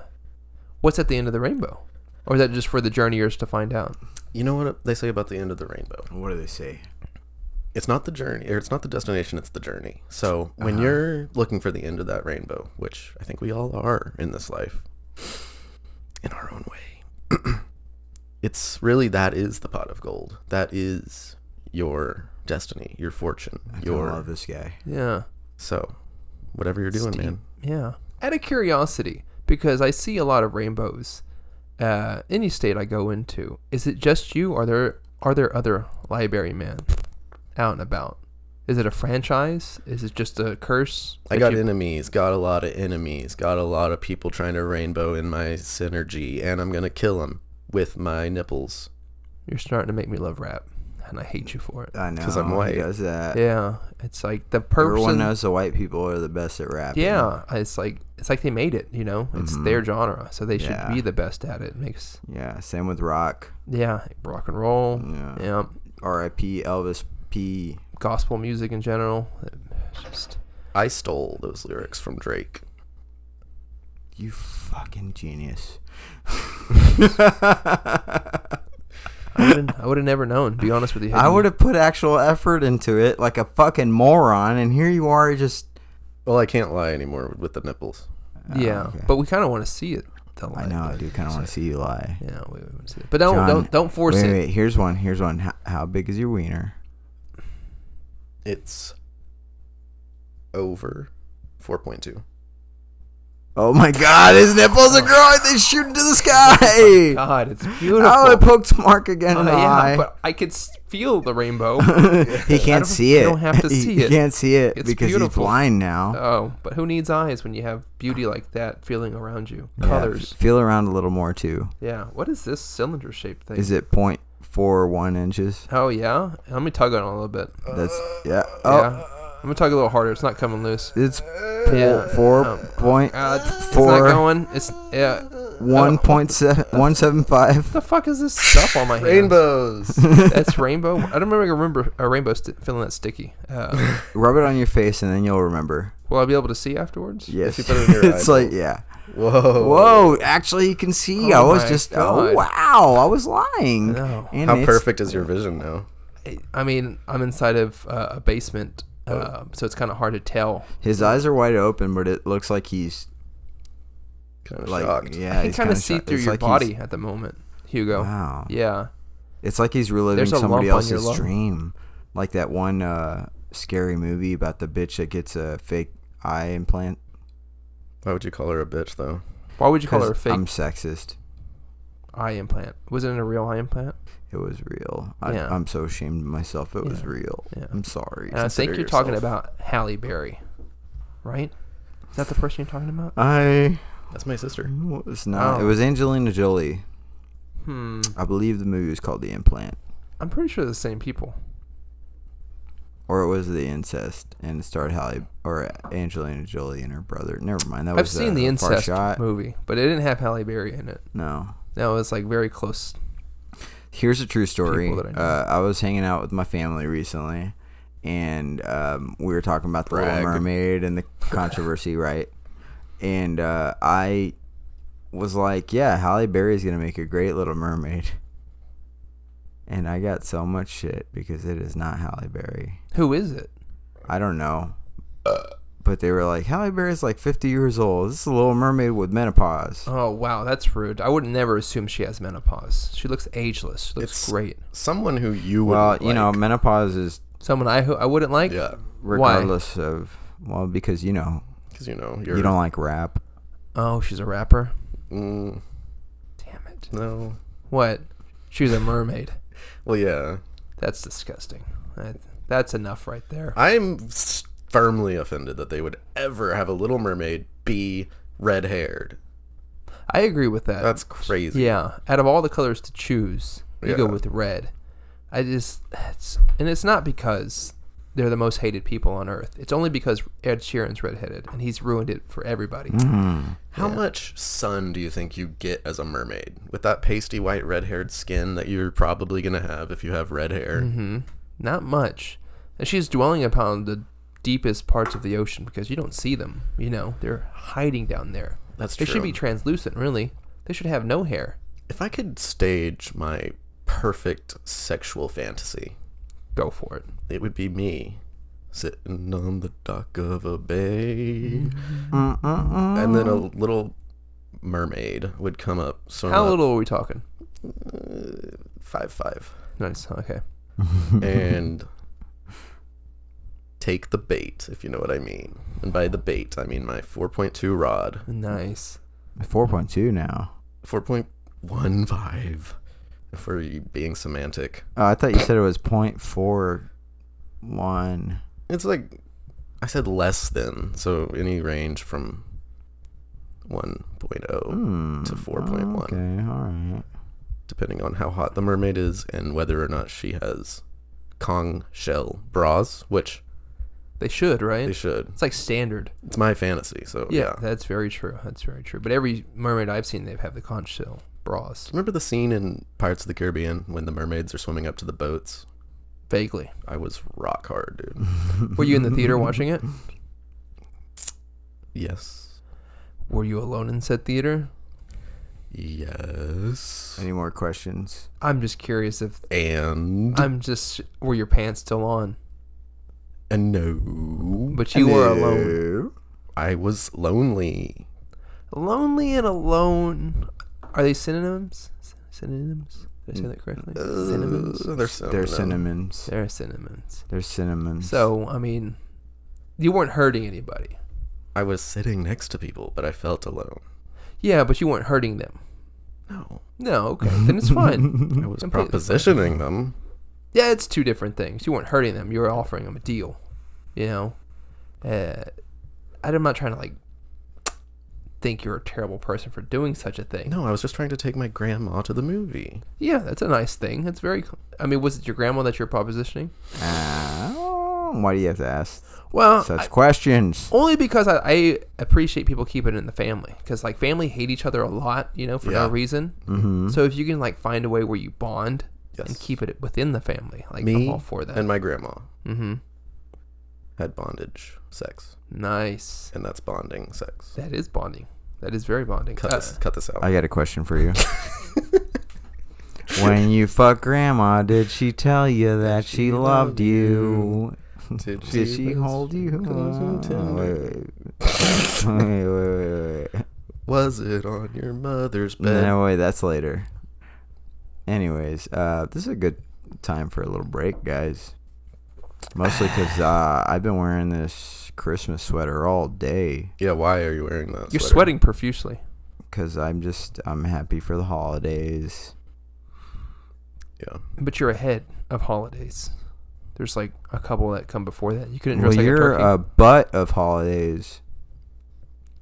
[SPEAKER 4] What's at the end of the rainbow? Or is that just for the journeyers to find out?
[SPEAKER 3] You know what they say about the end of the rainbow?
[SPEAKER 2] What do they say?
[SPEAKER 3] It's not the journey, or it's not the destination, it's the journey. So when
[SPEAKER 2] Uh-huh.
[SPEAKER 3] you're looking for the end of that rainbow, which I think we all are in this life, in our own way, it's really that is the pot of gold. That is your destiny, your fortune,
[SPEAKER 2] I
[SPEAKER 3] your
[SPEAKER 2] love this guy.
[SPEAKER 4] Yeah.
[SPEAKER 3] so whatever you're doing, man.
[SPEAKER 4] Yeah. Out of curiosity, because I see a lot of rainbows, uh, any state I go into, is it just you? Are there are there other library men out and about? Is it a franchise? Is it just a curse?
[SPEAKER 3] I
[SPEAKER 4] that
[SPEAKER 3] got
[SPEAKER 4] you-
[SPEAKER 3] enemies, got a lot of enemies, got a lot of people trying to rainbow in my synergy, and I'm gonna kill them with my nipples.
[SPEAKER 4] You're starting to make me love rap, and I hate you for it.
[SPEAKER 2] I know.
[SPEAKER 3] 'Cause I'm white.
[SPEAKER 2] He does that.
[SPEAKER 4] Yeah, it's like the
[SPEAKER 2] Uh, Everyone
[SPEAKER 4] person.
[SPEAKER 2] knows the white people are the best at rap. Mm-hmm.
[SPEAKER 4] Yeah, it's like it's like they made it. You know, it's their genre, so they should
[SPEAKER 2] Yeah.
[SPEAKER 4] be the best at it. it. Makes
[SPEAKER 2] Yeah. Same with rock.
[SPEAKER 4] yeah, rock and roll.
[SPEAKER 2] Yeah.
[SPEAKER 4] Oh, yeah.
[SPEAKER 2] R.I.P. Elvis P.
[SPEAKER 4] gospel music in general. It's just
[SPEAKER 3] I stole those lyrics from Drake.
[SPEAKER 2] You fucking genius.
[SPEAKER 4] I wouldn't- I would have never known. Be honest with you.
[SPEAKER 2] I would have put actual effort into it like a fucking moron, and here you are just. uh,
[SPEAKER 3] Well, I can't lie anymore with the nipples.
[SPEAKER 4] Yeah, but we kind of want to see it. The
[SPEAKER 2] Ah, I
[SPEAKER 4] light.
[SPEAKER 2] know, I do kind of want to see you lie.
[SPEAKER 4] Yeah, we want to see it. But don't
[SPEAKER 2] John,
[SPEAKER 4] don't don't force
[SPEAKER 2] wait,
[SPEAKER 4] it.
[SPEAKER 2] Wait, here's one. Here's one. How, how big is your wiener?
[SPEAKER 3] It's over 4.2.
[SPEAKER 2] Oh my god, his nipples are growing. They shoot into the sky.
[SPEAKER 4] Oh God, it's beautiful.
[SPEAKER 2] Oh, it poked Mark again in
[SPEAKER 4] Uh,
[SPEAKER 2] the
[SPEAKER 4] yeah,
[SPEAKER 2] eye.
[SPEAKER 4] but I could s- feel the rainbow.
[SPEAKER 2] he can't see
[SPEAKER 4] you
[SPEAKER 2] it.
[SPEAKER 4] don't have to
[SPEAKER 2] He-
[SPEAKER 4] see
[SPEAKER 2] he
[SPEAKER 4] it.
[SPEAKER 2] can't see it
[SPEAKER 4] It's
[SPEAKER 2] because he's
[SPEAKER 4] beautiful.
[SPEAKER 2] blind now.
[SPEAKER 4] oh, but who needs eyes when you have beauty like that feeling around you?
[SPEAKER 2] Yeah,
[SPEAKER 4] Colors.
[SPEAKER 2] Feel around a little more too.
[SPEAKER 4] Yeah. What is this cylinder shaped thing?
[SPEAKER 2] Is it 0.41 inches?
[SPEAKER 4] oh yeah. Let me tug on it a little bit.
[SPEAKER 2] That's yeah.
[SPEAKER 4] Uh,
[SPEAKER 2] Oh,
[SPEAKER 4] Yeah. I'm gonna tug a little harder. It's not coming loose.
[SPEAKER 2] it's
[SPEAKER 4] Yeah.
[SPEAKER 2] four point
[SPEAKER 4] Uh, it's
[SPEAKER 2] Four.
[SPEAKER 4] not going. It's yeah.
[SPEAKER 2] one
[SPEAKER 4] Oh,
[SPEAKER 2] point seven one seven five.
[SPEAKER 4] The fuck is this stuff on my hand?
[SPEAKER 3] Rainbows.
[SPEAKER 4] That's rainbow. I don't remember. remember a rainbow sti feeling that sticky. Uh,
[SPEAKER 2] Rub it on your face and then you'll remember.
[SPEAKER 4] will I be able to see afterwards?
[SPEAKER 2] Yes,
[SPEAKER 3] you put it in your
[SPEAKER 2] it's like yeah.
[SPEAKER 3] Whoa.
[SPEAKER 2] Whoa, actually, you can see.
[SPEAKER 4] Oh
[SPEAKER 2] I was
[SPEAKER 4] my
[SPEAKER 2] just
[SPEAKER 4] God.
[SPEAKER 2] oh wow, I was lying.
[SPEAKER 4] No.
[SPEAKER 2] And
[SPEAKER 3] How
[SPEAKER 2] it's-
[SPEAKER 3] perfect is your vision now?
[SPEAKER 4] I mean, I'm inside of uh, a basement,
[SPEAKER 2] Oh.
[SPEAKER 4] uh, so it's kind of hard to tell.
[SPEAKER 2] His eyes are wide open, but it looks like he's
[SPEAKER 3] Kind of
[SPEAKER 2] like
[SPEAKER 3] shocked.
[SPEAKER 2] yeah.
[SPEAKER 4] I can
[SPEAKER 2] he's
[SPEAKER 4] kind
[SPEAKER 2] kinda
[SPEAKER 4] of see
[SPEAKER 2] shocked.
[SPEAKER 4] through
[SPEAKER 2] It's
[SPEAKER 4] your
[SPEAKER 2] like he's-
[SPEAKER 4] body at the moment, Hugo.
[SPEAKER 2] Wow.
[SPEAKER 4] Yeah.
[SPEAKER 2] It's like he's reliving
[SPEAKER 4] There's a
[SPEAKER 2] somebody
[SPEAKER 4] lump on your
[SPEAKER 2] else's
[SPEAKER 4] lung.
[SPEAKER 2] dream. Like that one uh, scary movie about the bitch that gets a fake eye implant.
[SPEAKER 3] Why would you call her a bitch though?
[SPEAKER 4] Why would you call
[SPEAKER 2] 'Cause
[SPEAKER 4] her a fake
[SPEAKER 2] I'm sexist.
[SPEAKER 4] eye implant? Was it a real eye implant?
[SPEAKER 2] It was real. I,
[SPEAKER 4] Yeah.
[SPEAKER 2] I'm so ashamed of myself. It was real.
[SPEAKER 4] Yeah.
[SPEAKER 2] I'm sorry.
[SPEAKER 4] And I think
[SPEAKER 3] Consider
[SPEAKER 4] you're talking
[SPEAKER 3] yourself.
[SPEAKER 4] about Halle Berry, right? Is that the person you're talking about?
[SPEAKER 2] I
[SPEAKER 3] That's my sister.
[SPEAKER 2] was not.
[SPEAKER 4] Oh.
[SPEAKER 2] It was Angelina Jolie.
[SPEAKER 4] Hmm.
[SPEAKER 2] I believe the movie was called The Implant,
[SPEAKER 4] I'm pretty sure they're the same people.
[SPEAKER 2] or it was The Incest, and it starred Halle or Angelina Jolie and her brother. Never mind. That
[SPEAKER 4] I've
[SPEAKER 2] was
[SPEAKER 4] seen
[SPEAKER 2] uh,
[SPEAKER 4] the
[SPEAKER 2] Far
[SPEAKER 4] incest
[SPEAKER 2] shot.
[SPEAKER 4] movie, but it didn't have Halle Berry in it.
[SPEAKER 2] No,
[SPEAKER 4] No, it was like very close.
[SPEAKER 2] Here's a true story.
[SPEAKER 4] that I know.
[SPEAKER 2] uh, I was hanging out with my family recently, and um, we were talking about the
[SPEAKER 3] Brag.
[SPEAKER 2] Little Mermaid and the controversy, right? And uh, I was like, "Yeah, Halle Berry is gonna make a great Little Mermaid," and I got so much shit because it is not Halle Berry.
[SPEAKER 4] Who is it?
[SPEAKER 2] I don't know,
[SPEAKER 3] Uh,
[SPEAKER 2] but they were like, "Halle Berry is like 50 years old. This is a Little Mermaid with menopause."
[SPEAKER 4] Oh wow, that's rude. I would never assume she has menopause. She looks ageless. She looks
[SPEAKER 3] It's-
[SPEAKER 4] great.
[SPEAKER 3] Someone who you would
[SPEAKER 2] well, you know, menopause is
[SPEAKER 4] Someone I who I wouldn't like.
[SPEAKER 3] Yeah.
[SPEAKER 2] regardless of well because you know
[SPEAKER 3] Because you know you're
[SPEAKER 2] you don't like rap.
[SPEAKER 4] Oh, she's a rapper.
[SPEAKER 3] mm,
[SPEAKER 4] Damn it.
[SPEAKER 3] no.
[SPEAKER 4] What? She's a mermaid.
[SPEAKER 3] Well, yeah.
[SPEAKER 4] That's disgusting. That, that's enough right there.
[SPEAKER 3] I'm s- firmly offended that they would ever have a Little Mermaid be red-haired.
[SPEAKER 4] I agree with that.
[SPEAKER 2] Uh,
[SPEAKER 3] That's crazy.
[SPEAKER 4] yeah. Out of all the colors to choose, you go
[SPEAKER 3] Yeah.
[SPEAKER 4] with red. I just it's, and it's not because they're the most hated people on earth. It's only because Ed Sheeran's redheaded and he's ruined it for everybody.
[SPEAKER 3] Mm. How much sun do you think you get as a mermaid with that pasty white red-haired skin that you're probably gonna have if you have red hair?
[SPEAKER 4] Mm. Mm-hmm. Not much. And she's dwelling upon the deepest parts of the ocean because you don't see them, you know. They're hiding down there.
[SPEAKER 3] That's
[SPEAKER 4] They should
[SPEAKER 3] true.
[SPEAKER 4] be translucent, really. They should have no hair.
[SPEAKER 3] If I could stage my perfect sexual fantasy,
[SPEAKER 4] Go for it.
[SPEAKER 3] it would be me sitting on the dock of a bay, and then a little mermaid would come up, sort
[SPEAKER 4] How
[SPEAKER 3] of uh,
[SPEAKER 4] little are we talking?
[SPEAKER 3] five five,
[SPEAKER 4] Nice. Okay.
[SPEAKER 3] and take the bait, if you know what I mean. And by the bait, I mean my four point two rod,
[SPEAKER 4] Nice.
[SPEAKER 2] Four point two now.
[SPEAKER 3] four point one five. If we're being semantic,
[SPEAKER 2] Oh, I thought you said it was point four one.
[SPEAKER 3] it's like I said less than, so any range from oh, 1.0
[SPEAKER 2] Hmm.
[SPEAKER 3] to 4.1,
[SPEAKER 2] Okay, all right.
[SPEAKER 3] depending on how hot the mermaid is and whether or not she has Kong shell bras, which
[SPEAKER 4] They should, right?
[SPEAKER 3] they should.
[SPEAKER 4] It's like standard.
[SPEAKER 3] It's my fantasy, so
[SPEAKER 4] Yeah,
[SPEAKER 3] yeah.
[SPEAKER 4] that's very true. That's very true. But every mermaid I've seen, they've had the conch shell bras.
[SPEAKER 3] Remember the scene in Pirates of the Caribbean when the mermaids are swimming up to the boats?
[SPEAKER 4] Vaguely.
[SPEAKER 3] I was rock hard, dude.
[SPEAKER 4] Were you in the theater watching it?
[SPEAKER 3] yes.
[SPEAKER 4] Were you alone in said theater?
[SPEAKER 3] Yes.
[SPEAKER 2] Any more questions?
[SPEAKER 4] I'm just curious if
[SPEAKER 3] And
[SPEAKER 4] I'm just. Were your pants still on?
[SPEAKER 3] and Uh, no.
[SPEAKER 4] But you were alone.
[SPEAKER 3] I was lonely.
[SPEAKER 4] Lonely and alone. Are they synonyms? S- Synonyms? Did I say that correctly? Synonyms. Oh,
[SPEAKER 3] Uh, they're cinnamon.
[SPEAKER 2] They're cinnamons.
[SPEAKER 4] They're synonyms.
[SPEAKER 2] They're cinnamons.
[SPEAKER 4] So I mean, you weren't hurting anybody.
[SPEAKER 3] I was sitting next to people, but I felt alone.
[SPEAKER 4] Yeah, but you weren't hurting them.
[SPEAKER 3] No,
[SPEAKER 4] No, okay, then it's fine.
[SPEAKER 3] I was
[SPEAKER 4] Completely
[SPEAKER 3] propositioning them.
[SPEAKER 4] yeah, it's two different things. You weren't hurting them. You were offering them a deal. You know, uh, I'm not trying to like think you're a terrible person for doing such a thing.
[SPEAKER 3] No, I was just trying to take my grandma to the movie.
[SPEAKER 4] Yeah, that's a nice thing. That's very. I mean, was it your grandma that you're propositioning?
[SPEAKER 2] Ah, why do you have to ask
[SPEAKER 4] Well,
[SPEAKER 2] such questions?
[SPEAKER 4] only because I, I appreciate people keeping it in the family because like family hate each other a lot you know for
[SPEAKER 3] Yeah.
[SPEAKER 4] no reason mm-hmm. so if you can like find a way where you bond and
[SPEAKER 3] Yes.
[SPEAKER 4] keep it within the family like i'm
[SPEAKER 3] Me
[SPEAKER 4] all for that
[SPEAKER 3] and my grandma
[SPEAKER 4] hmm
[SPEAKER 3] had bondage sex,
[SPEAKER 4] nice
[SPEAKER 3] and that's bonding sex.
[SPEAKER 4] that is bonding that is very bonding
[SPEAKER 3] Cut
[SPEAKER 4] Uh,
[SPEAKER 3] this, cut this out.
[SPEAKER 2] I got a question for you. when you fuck grandma, did she tell you that she, loved you?
[SPEAKER 3] Did
[SPEAKER 2] Did she
[SPEAKER 3] was-
[SPEAKER 2] hold you?
[SPEAKER 3] close and
[SPEAKER 2] Oh,
[SPEAKER 3] tender?
[SPEAKER 2] wait, wait, wait, wait, wait.
[SPEAKER 3] Was it on your mother's bed?
[SPEAKER 2] No, wait, that's later. Anyways, uh, this is a good time for a little break, guys. Mostly because uh, I've been wearing this Christmas sweater all day
[SPEAKER 3] Yeah, why are you wearing that?
[SPEAKER 4] you're
[SPEAKER 3] sweater?
[SPEAKER 4] sweating profusely
[SPEAKER 2] because I'm just I'm happy for the holidays.
[SPEAKER 3] Yeah.
[SPEAKER 4] but you're ahead of holidays there's like a couple that come before that you couldn't
[SPEAKER 2] Well,
[SPEAKER 4] dress like a
[SPEAKER 2] you're uh,
[SPEAKER 4] turkey
[SPEAKER 2] a butt of holidays.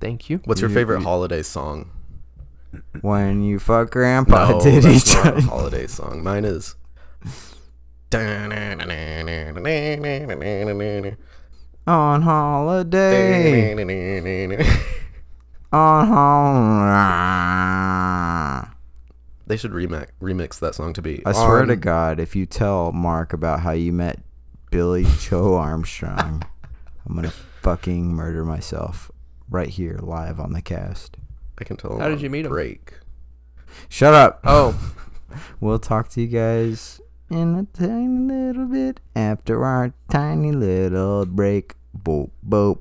[SPEAKER 4] thank you
[SPEAKER 3] What's your
[SPEAKER 2] You-
[SPEAKER 3] favorite
[SPEAKER 2] you-
[SPEAKER 3] holiday song?
[SPEAKER 2] When you fuck grandpa,
[SPEAKER 3] no,
[SPEAKER 2] did he?
[SPEAKER 3] that's not a
[SPEAKER 2] tell-
[SPEAKER 3] holiday song. Mine is.
[SPEAKER 2] on holiday, on holiday.
[SPEAKER 3] They should remix remix that song to be.
[SPEAKER 2] I swear
[SPEAKER 3] on-
[SPEAKER 2] to God, if you tell Mark about how you met Billy Joe Armstrong, I'm gonna fucking murder myself right here live on the cast.
[SPEAKER 3] I can tell.
[SPEAKER 4] How
[SPEAKER 3] them
[SPEAKER 4] did
[SPEAKER 3] on
[SPEAKER 4] you meet 'em?
[SPEAKER 3] Break.
[SPEAKER 2] Shut up.
[SPEAKER 4] oh
[SPEAKER 2] We'll talk to you guys in a tiny little bit after our tiny little break. Boop boop.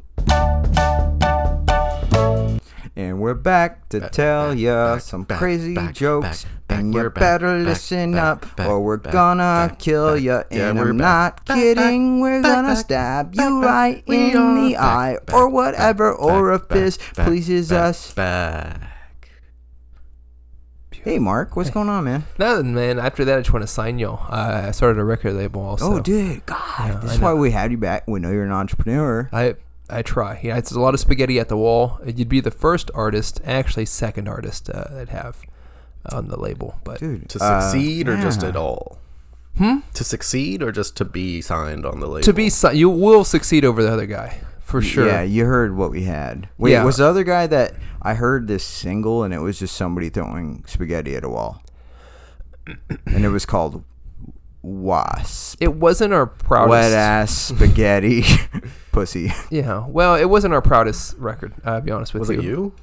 [SPEAKER 2] And we're back to
[SPEAKER 3] Back,
[SPEAKER 2] tell
[SPEAKER 3] back,
[SPEAKER 2] ya
[SPEAKER 3] back,
[SPEAKER 2] some
[SPEAKER 3] back,
[SPEAKER 2] crazy
[SPEAKER 3] back,
[SPEAKER 2] jokes.
[SPEAKER 3] back, back,
[SPEAKER 2] and
[SPEAKER 3] we're
[SPEAKER 2] you
[SPEAKER 3] back,
[SPEAKER 2] better
[SPEAKER 3] back,
[SPEAKER 2] listen
[SPEAKER 3] back,
[SPEAKER 2] up
[SPEAKER 3] back,
[SPEAKER 2] or we're
[SPEAKER 3] back,
[SPEAKER 2] gonna
[SPEAKER 3] back,
[SPEAKER 2] kill
[SPEAKER 3] back.
[SPEAKER 2] ya.
[SPEAKER 3] Yeah,
[SPEAKER 2] and
[SPEAKER 3] we're
[SPEAKER 2] I'm
[SPEAKER 3] back.
[SPEAKER 2] not kidding, we're
[SPEAKER 3] back,
[SPEAKER 2] gonna
[SPEAKER 3] back,
[SPEAKER 2] stab
[SPEAKER 3] back,
[SPEAKER 2] you
[SPEAKER 3] back.
[SPEAKER 2] right
[SPEAKER 3] We
[SPEAKER 2] in
[SPEAKER 3] are
[SPEAKER 2] the
[SPEAKER 3] back,
[SPEAKER 2] eye
[SPEAKER 3] back,
[SPEAKER 2] or
[SPEAKER 3] back,
[SPEAKER 2] whatever
[SPEAKER 3] back,
[SPEAKER 2] orifice
[SPEAKER 3] back,
[SPEAKER 2] pleases
[SPEAKER 3] back,
[SPEAKER 2] us.
[SPEAKER 3] Back.
[SPEAKER 2] Hey, Mark, what's going on, man?
[SPEAKER 4] nothing man after that i just want to sign y'all uh, i started a record label also
[SPEAKER 2] Oh, dude, God,
[SPEAKER 4] Yeah,
[SPEAKER 2] this
[SPEAKER 4] I
[SPEAKER 2] is why
[SPEAKER 4] know.
[SPEAKER 2] we had you back. We know you're an entrepreneur.
[SPEAKER 4] I I try. Yeah, it's a lot of spaghetti at the wall. You'd be the first artist, actually second artist uh, I'd have on the label. But
[SPEAKER 2] dude
[SPEAKER 3] To
[SPEAKER 2] uh,
[SPEAKER 3] succeed or just
[SPEAKER 2] yeah.
[SPEAKER 3] at all?
[SPEAKER 4] Hmm?
[SPEAKER 3] To succeed or just to be signed on the label?
[SPEAKER 4] to be, si- you will succeed over the other guy for sure.
[SPEAKER 2] yeah you heard what we had wait
[SPEAKER 4] Yeah.
[SPEAKER 2] was the other guy that i heard this single and it was just somebody throwing spaghetti at a wall and it was called wasp
[SPEAKER 4] It wasn't our proudest.
[SPEAKER 2] wet ass spaghetti pussy
[SPEAKER 4] Yeah. Well, it wasn't our proudest record. I'll be honest with
[SPEAKER 3] Was
[SPEAKER 4] you.
[SPEAKER 3] it you?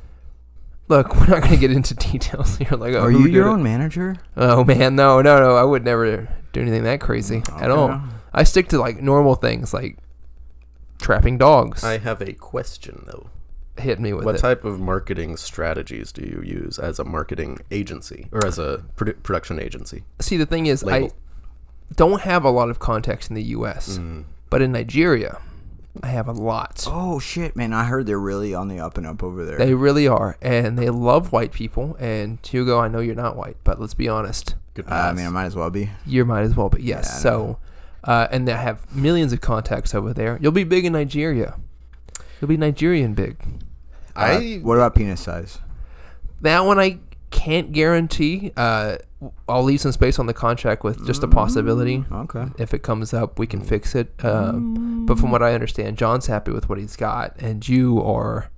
[SPEAKER 4] Look, we're not gonna get into details. You're like, oh,
[SPEAKER 2] are
[SPEAKER 4] who
[SPEAKER 2] you
[SPEAKER 4] did
[SPEAKER 2] your
[SPEAKER 4] it?
[SPEAKER 2] own manager
[SPEAKER 4] Oh man, no, no, no. I would never do anything that crazy at all.
[SPEAKER 2] Okay.
[SPEAKER 4] I stick to like normal things, like trapping dogs.
[SPEAKER 3] I have a question though.
[SPEAKER 4] Hit me with
[SPEAKER 3] What
[SPEAKER 4] it.
[SPEAKER 3] type of marketing strategies do you use as a marketing agency or as a produ- production agency?
[SPEAKER 4] see the thing is
[SPEAKER 3] Label.
[SPEAKER 4] i don't have a lot of contacts in the us
[SPEAKER 3] Mm.
[SPEAKER 4] but in nigeria i have a lot
[SPEAKER 2] oh shit man i heard they're really on the up and up over there
[SPEAKER 4] they really are and they love white people and hugo i know you're not white but let's be honest
[SPEAKER 3] Good
[SPEAKER 2] Uh, i mean i might as well be
[SPEAKER 4] you might as well but yes
[SPEAKER 2] Yeah, I
[SPEAKER 4] so uh, and they have millions of contacts over there you'll be big in nigeria you'll be nigerian big
[SPEAKER 3] I
[SPEAKER 2] Uh, what about penis size
[SPEAKER 4] that one i can't guarantee uh, i'll leave some space on the contract with just a
[SPEAKER 2] Mm.
[SPEAKER 4] possibility
[SPEAKER 2] okay
[SPEAKER 4] if it comes up, we can fix it. Um, but from what I understand, John's happy with what he's got, and you are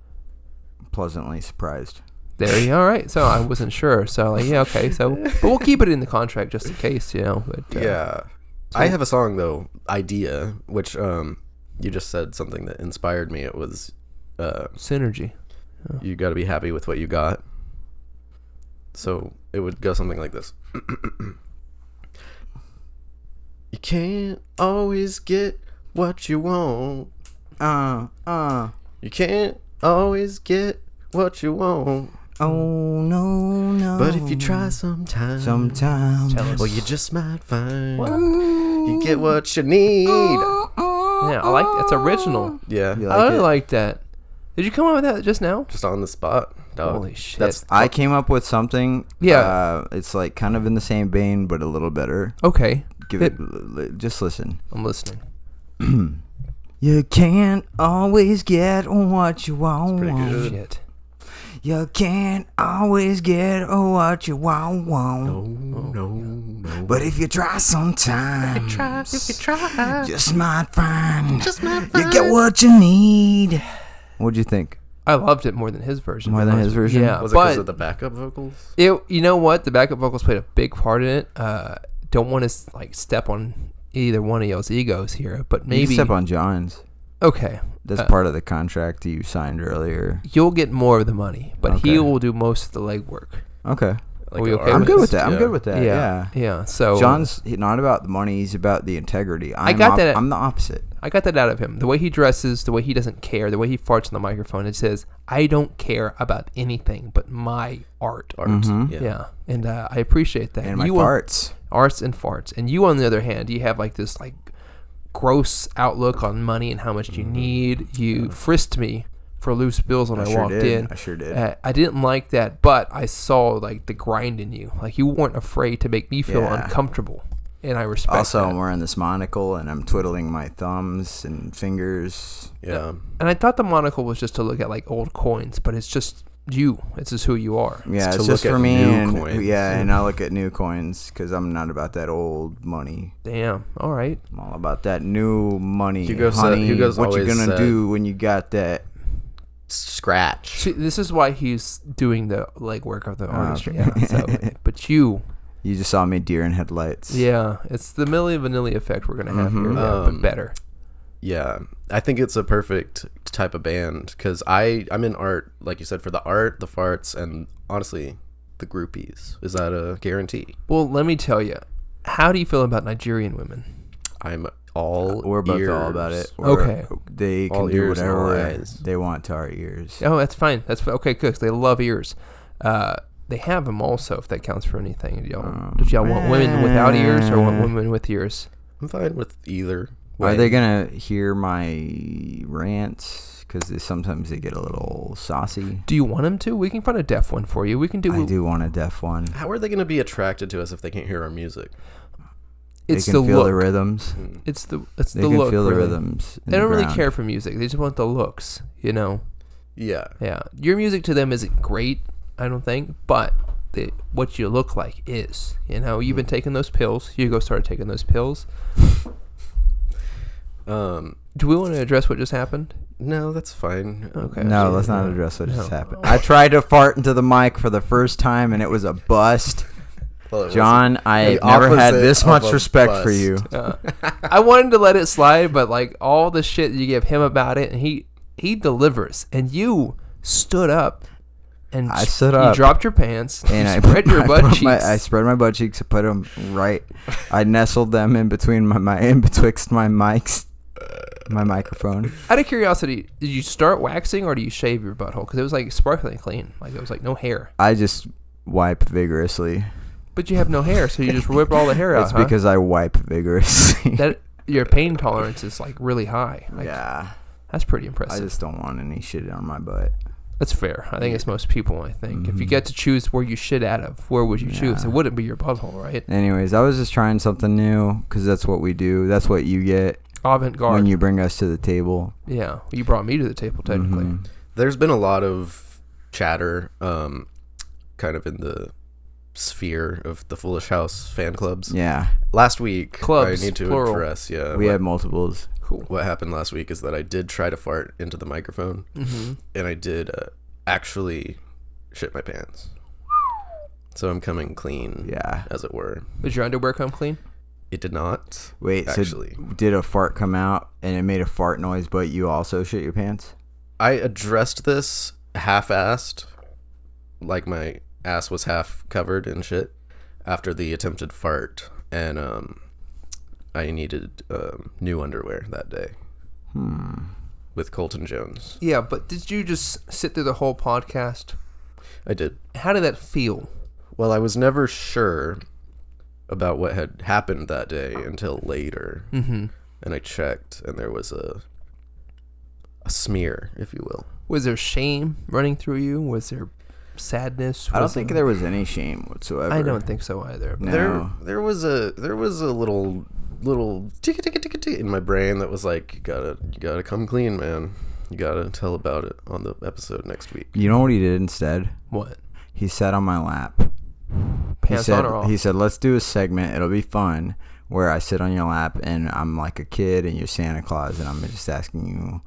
[SPEAKER 2] pleasantly surprised
[SPEAKER 4] there. You all right? So I wasn't sure. So like, yeah, okay. So, but we'll keep it in the contract just in case, you know. But uh,
[SPEAKER 3] yeah. I have a song though, idea, which um you just said something that inspired me. It was uh
[SPEAKER 4] synergy.
[SPEAKER 3] you got to be happy with what you got. So it would go something like this. you can't always get what you want.
[SPEAKER 2] uh uh
[SPEAKER 3] You can't always get what you want.
[SPEAKER 2] oh no no
[SPEAKER 3] But if you try sometime,
[SPEAKER 2] sometimes
[SPEAKER 3] well, you just might find you get what you need.
[SPEAKER 2] Oh, Uh,
[SPEAKER 4] Yeah, I like it's original.
[SPEAKER 3] Yeah.
[SPEAKER 2] You
[SPEAKER 4] Oh, I
[SPEAKER 2] like it?
[SPEAKER 4] like that. Did you come up with that just now?
[SPEAKER 3] Just on the spot. Dog.
[SPEAKER 4] Holy shit.
[SPEAKER 3] That's
[SPEAKER 2] I came up with something.
[SPEAKER 4] Yeah.
[SPEAKER 2] uh, it's like kind of in the same vein, but a little better.
[SPEAKER 4] Okay,
[SPEAKER 2] Give it, l- l- just listen.
[SPEAKER 4] I'm listening.
[SPEAKER 2] You can't always get what you want.
[SPEAKER 4] Shit.
[SPEAKER 2] You can't always get what you want.
[SPEAKER 3] no, no.
[SPEAKER 2] Oh, But if you try sometime,
[SPEAKER 5] If you try,
[SPEAKER 2] just might find
[SPEAKER 5] just might
[SPEAKER 2] Mm. you get what you need. What'd you think?
[SPEAKER 4] I loved it more than his version.
[SPEAKER 2] More
[SPEAKER 4] to be
[SPEAKER 2] than
[SPEAKER 4] honest
[SPEAKER 2] his
[SPEAKER 4] with you.
[SPEAKER 2] version?
[SPEAKER 4] Yeah,
[SPEAKER 3] Was it
[SPEAKER 4] but
[SPEAKER 3] because of the backup vocals?
[SPEAKER 4] it you know what the backup vocals played a big part in it uh don't want to like step on either one of y'all's egos here but
[SPEAKER 2] Maybe.
[SPEAKER 4] maybe
[SPEAKER 2] step on John's.
[SPEAKER 4] okay
[SPEAKER 2] That's
[SPEAKER 4] Uh,
[SPEAKER 2] part of the contract you signed earlier.
[SPEAKER 4] you'll get more of the money but
[SPEAKER 2] Okay.
[SPEAKER 4] he will do most of the legwork
[SPEAKER 2] Okay.
[SPEAKER 3] Like
[SPEAKER 4] we
[SPEAKER 3] an
[SPEAKER 4] okay
[SPEAKER 2] I'm good with
[SPEAKER 3] artist,
[SPEAKER 2] that. I'm
[SPEAKER 3] yeah.
[SPEAKER 2] good with that. Yeah.
[SPEAKER 4] yeah yeah so
[SPEAKER 2] John's he- not about the money. He's about the integrity. I'm
[SPEAKER 4] got
[SPEAKER 2] op-
[SPEAKER 4] that-
[SPEAKER 2] I'm the opposite.
[SPEAKER 4] i got that out of him the way he dresses the way he doesn't care the way he farts on the microphone it says i don't care about anything but my art
[SPEAKER 3] Art. Yeah.
[SPEAKER 2] Mm-hmm.
[SPEAKER 4] yeah. and uh, i appreciate that
[SPEAKER 2] And my
[SPEAKER 4] You will-
[SPEAKER 2] farts.
[SPEAKER 4] arts and farts. And you, on the other hand, you have like this like gross outlook on money and how much you need. You frisked me for loose bills when
[SPEAKER 2] Mm-hmm. I
[SPEAKER 4] I,
[SPEAKER 2] sure
[SPEAKER 4] walked
[SPEAKER 2] did.
[SPEAKER 4] in.
[SPEAKER 2] I sure did.
[SPEAKER 4] Uh, I didn't like that, but I saw like the grind in you. Like you weren't afraid to make me feel
[SPEAKER 2] Yeah.
[SPEAKER 4] uncomfortable, and I respect.
[SPEAKER 2] Also,
[SPEAKER 4] that.
[SPEAKER 2] I'm wearing this monocle and I'm twiddling my thumbs and fingers.
[SPEAKER 3] Yeah.
[SPEAKER 4] and I thought the monocle was just to look at like old coins, but it's just you. It's just who you are.
[SPEAKER 2] Yeah, it's,
[SPEAKER 3] to
[SPEAKER 2] just
[SPEAKER 3] look at
[SPEAKER 2] for me.
[SPEAKER 3] new
[SPEAKER 2] and,
[SPEAKER 3] coins.
[SPEAKER 2] Yeah, and I look at new coins because I'm not about that old money.
[SPEAKER 4] Damn. All right.
[SPEAKER 2] I'm all about that new money.
[SPEAKER 3] Hugo said-
[SPEAKER 2] honey,
[SPEAKER 3] Hugo's
[SPEAKER 2] what you
[SPEAKER 3] always
[SPEAKER 2] gonna
[SPEAKER 3] said-
[SPEAKER 2] do when you got that?
[SPEAKER 3] Scratch.
[SPEAKER 4] See, this is why he's doing the legwork of the artistry.
[SPEAKER 2] Oh, okay.
[SPEAKER 4] Yeah, so, but you,
[SPEAKER 2] You just saw me deer in headlights.
[SPEAKER 4] Yeah, it's the Milli Vanilli effect we're gonna have
[SPEAKER 2] Mm-hmm.
[SPEAKER 4] here, yeah,
[SPEAKER 3] Um,
[SPEAKER 4] but better.
[SPEAKER 3] Yeah, I think it's a perfect type of band because I I'm in art, like you said, for the art, the farts, and honestly, the groupies. Is that a guarantee?
[SPEAKER 4] Well, let me tell you, how do you feel about Nigerian women?
[SPEAKER 3] I'm all.
[SPEAKER 2] We're both all about
[SPEAKER 3] ears.
[SPEAKER 2] it. We're-
[SPEAKER 4] Okay.
[SPEAKER 2] They can
[SPEAKER 3] All
[SPEAKER 2] do
[SPEAKER 3] ears and all
[SPEAKER 2] whatever
[SPEAKER 3] eyes.
[SPEAKER 2] they want to our ears.
[SPEAKER 4] Oh, that's fine. That's fi- okay. Cooks, they love ears. Uh, they have them also, if that counts for anything. Did y'all,
[SPEAKER 2] Oh,
[SPEAKER 4] did y'all want women without ears or want women with ears?
[SPEAKER 3] I'm fine with either.
[SPEAKER 2] Are
[SPEAKER 3] way.
[SPEAKER 2] they gonna hear my rants? Because sometimes they get a little saucy.
[SPEAKER 4] Do you want them to? We can find a deaf one for you. We can do.
[SPEAKER 2] I do want a deaf one.
[SPEAKER 3] How are they going to be attracted to us if they can't hear our music?
[SPEAKER 4] It's
[SPEAKER 2] they can
[SPEAKER 4] the
[SPEAKER 2] feel
[SPEAKER 4] look.
[SPEAKER 2] the rhythms.
[SPEAKER 4] It's the it's
[SPEAKER 2] They
[SPEAKER 4] the
[SPEAKER 2] can
[SPEAKER 4] look.
[SPEAKER 2] feel the
[SPEAKER 4] really.
[SPEAKER 2] rhythms. in
[SPEAKER 4] They
[SPEAKER 2] the
[SPEAKER 4] don't really
[SPEAKER 2] ground.
[SPEAKER 4] care for music. They just want the looks. You know.
[SPEAKER 3] Yeah,
[SPEAKER 4] Yeah, your music to them isn't great, I don't think, but the, what you look like is. You know, you've been
[SPEAKER 2] Hmm.
[SPEAKER 4] taking those pills. Hugo started taking those pills.
[SPEAKER 3] Um,
[SPEAKER 4] Do we want to address what just happened?
[SPEAKER 3] no, that's fine.
[SPEAKER 4] Okay.
[SPEAKER 2] No, let's not address what just happened. I tried to fart into the mic for the first time, and it was a bust.
[SPEAKER 3] Well, it wasn't.
[SPEAKER 2] John, I
[SPEAKER 3] The
[SPEAKER 2] have never had
[SPEAKER 3] opposite
[SPEAKER 2] this
[SPEAKER 3] of
[SPEAKER 2] much
[SPEAKER 3] a
[SPEAKER 2] respect for
[SPEAKER 3] bust.
[SPEAKER 2] you. Uh,
[SPEAKER 4] I wanted to let it slide, but like all the shit you give him about it, and he he delivers, and you stood up, and
[SPEAKER 2] I
[SPEAKER 4] s-
[SPEAKER 2] stood
[SPEAKER 4] You
[SPEAKER 2] up.
[SPEAKER 4] dropped your pants
[SPEAKER 2] And
[SPEAKER 4] you
[SPEAKER 2] I
[SPEAKER 4] spread your
[SPEAKER 2] I
[SPEAKER 4] butt
[SPEAKER 2] put
[SPEAKER 4] cheeks.
[SPEAKER 2] my- I spread my butt cheeks. I put them right. I nestled them in between my, my in betwixt my mics, my microphone.
[SPEAKER 4] Out of curiosity, did you start waxing or do you shave your butthole? Because it was like sparkling clean, like it was like no hair.
[SPEAKER 2] I just wipe vigorously.
[SPEAKER 4] But you have no hair, so you just whip all the hair out.
[SPEAKER 2] it's
[SPEAKER 4] huh?
[SPEAKER 2] because I wipe vigorously.
[SPEAKER 4] that your pain tolerance is like really high. Like,
[SPEAKER 2] yeah,
[SPEAKER 4] that's pretty
[SPEAKER 2] I
[SPEAKER 4] impressive.
[SPEAKER 2] just don't want any shit on my butt.
[SPEAKER 4] that's fair. I think it's most people. I think if you get to choose where you shit out of, where would you choose? It wouldn't be your butthole, right?
[SPEAKER 2] Anyways, I was just trying something new because that's what we do. That's what you get
[SPEAKER 4] Avant
[SPEAKER 2] when
[SPEAKER 4] garde.
[SPEAKER 2] you bring us to the table. Mm-hmm.
[SPEAKER 4] yeah, you brought me to the table technically.
[SPEAKER 3] There's been a lot of chatter, um, kind of in the sphere of the Foolish House fan clubs.
[SPEAKER 2] Yeah,
[SPEAKER 3] last week
[SPEAKER 4] Clubs,
[SPEAKER 3] I need to
[SPEAKER 4] plural.
[SPEAKER 3] address
[SPEAKER 4] Uh,
[SPEAKER 3] yeah
[SPEAKER 2] we
[SPEAKER 3] what,
[SPEAKER 2] had multiples.
[SPEAKER 4] Cool.
[SPEAKER 3] what happened last week is that I did try to fart into the microphone
[SPEAKER 4] Mm-hmm.
[SPEAKER 3] and I did uh, actually shit my pants so I'm coming clean
[SPEAKER 2] Yeah.
[SPEAKER 3] as it were
[SPEAKER 4] Did your underwear come clean?
[SPEAKER 3] it did not
[SPEAKER 2] Wait,
[SPEAKER 3] actually
[SPEAKER 2] so did a fart come out and it made a fart noise, but you also shit your pants?
[SPEAKER 3] I addressed this half-assed like my ass was half covered in shit after the attempted fart and um I needed um, new underwear that day
[SPEAKER 2] Hmm.
[SPEAKER 3] with Colton Jones
[SPEAKER 4] Yeah, but did you just sit through the whole podcast?
[SPEAKER 3] I did
[SPEAKER 4] How did that feel?
[SPEAKER 3] Well, I was never sure about what had happened that day until later. Mm-hmm. and I checked, and there was a a smear, if you will.
[SPEAKER 4] Was there shame running through you? Was there sadness?
[SPEAKER 2] I don't
[SPEAKER 4] Was
[SPEAKER 2] think
[SPEAKER 4] there-
[SPEAKER 2] there was any shame whatsoever.
[SPEAKER 4] I don't think so either. but-
[SPEAKER 2] No.
[SPEAKER 3] There, there was a there was a little little tick tick tick tick in my brain that was like, you gotta you gotta come clean, man. You gotta tell about it on the episode next week.
[SPEAKER 2] You know what he did instead?
[SPEAKER 4] What?
[SPEAKER 2] He sat on my lap. He
[SPEAKER 4] Pants
[SPEAKER 2] said,
[SPEAKER 4] on or off?
[SPEAKER 2] he said, let's do a segment. It'll be fun where I sit on your lap and I'm like a kid and you're Santa Claus and I'm just asking you,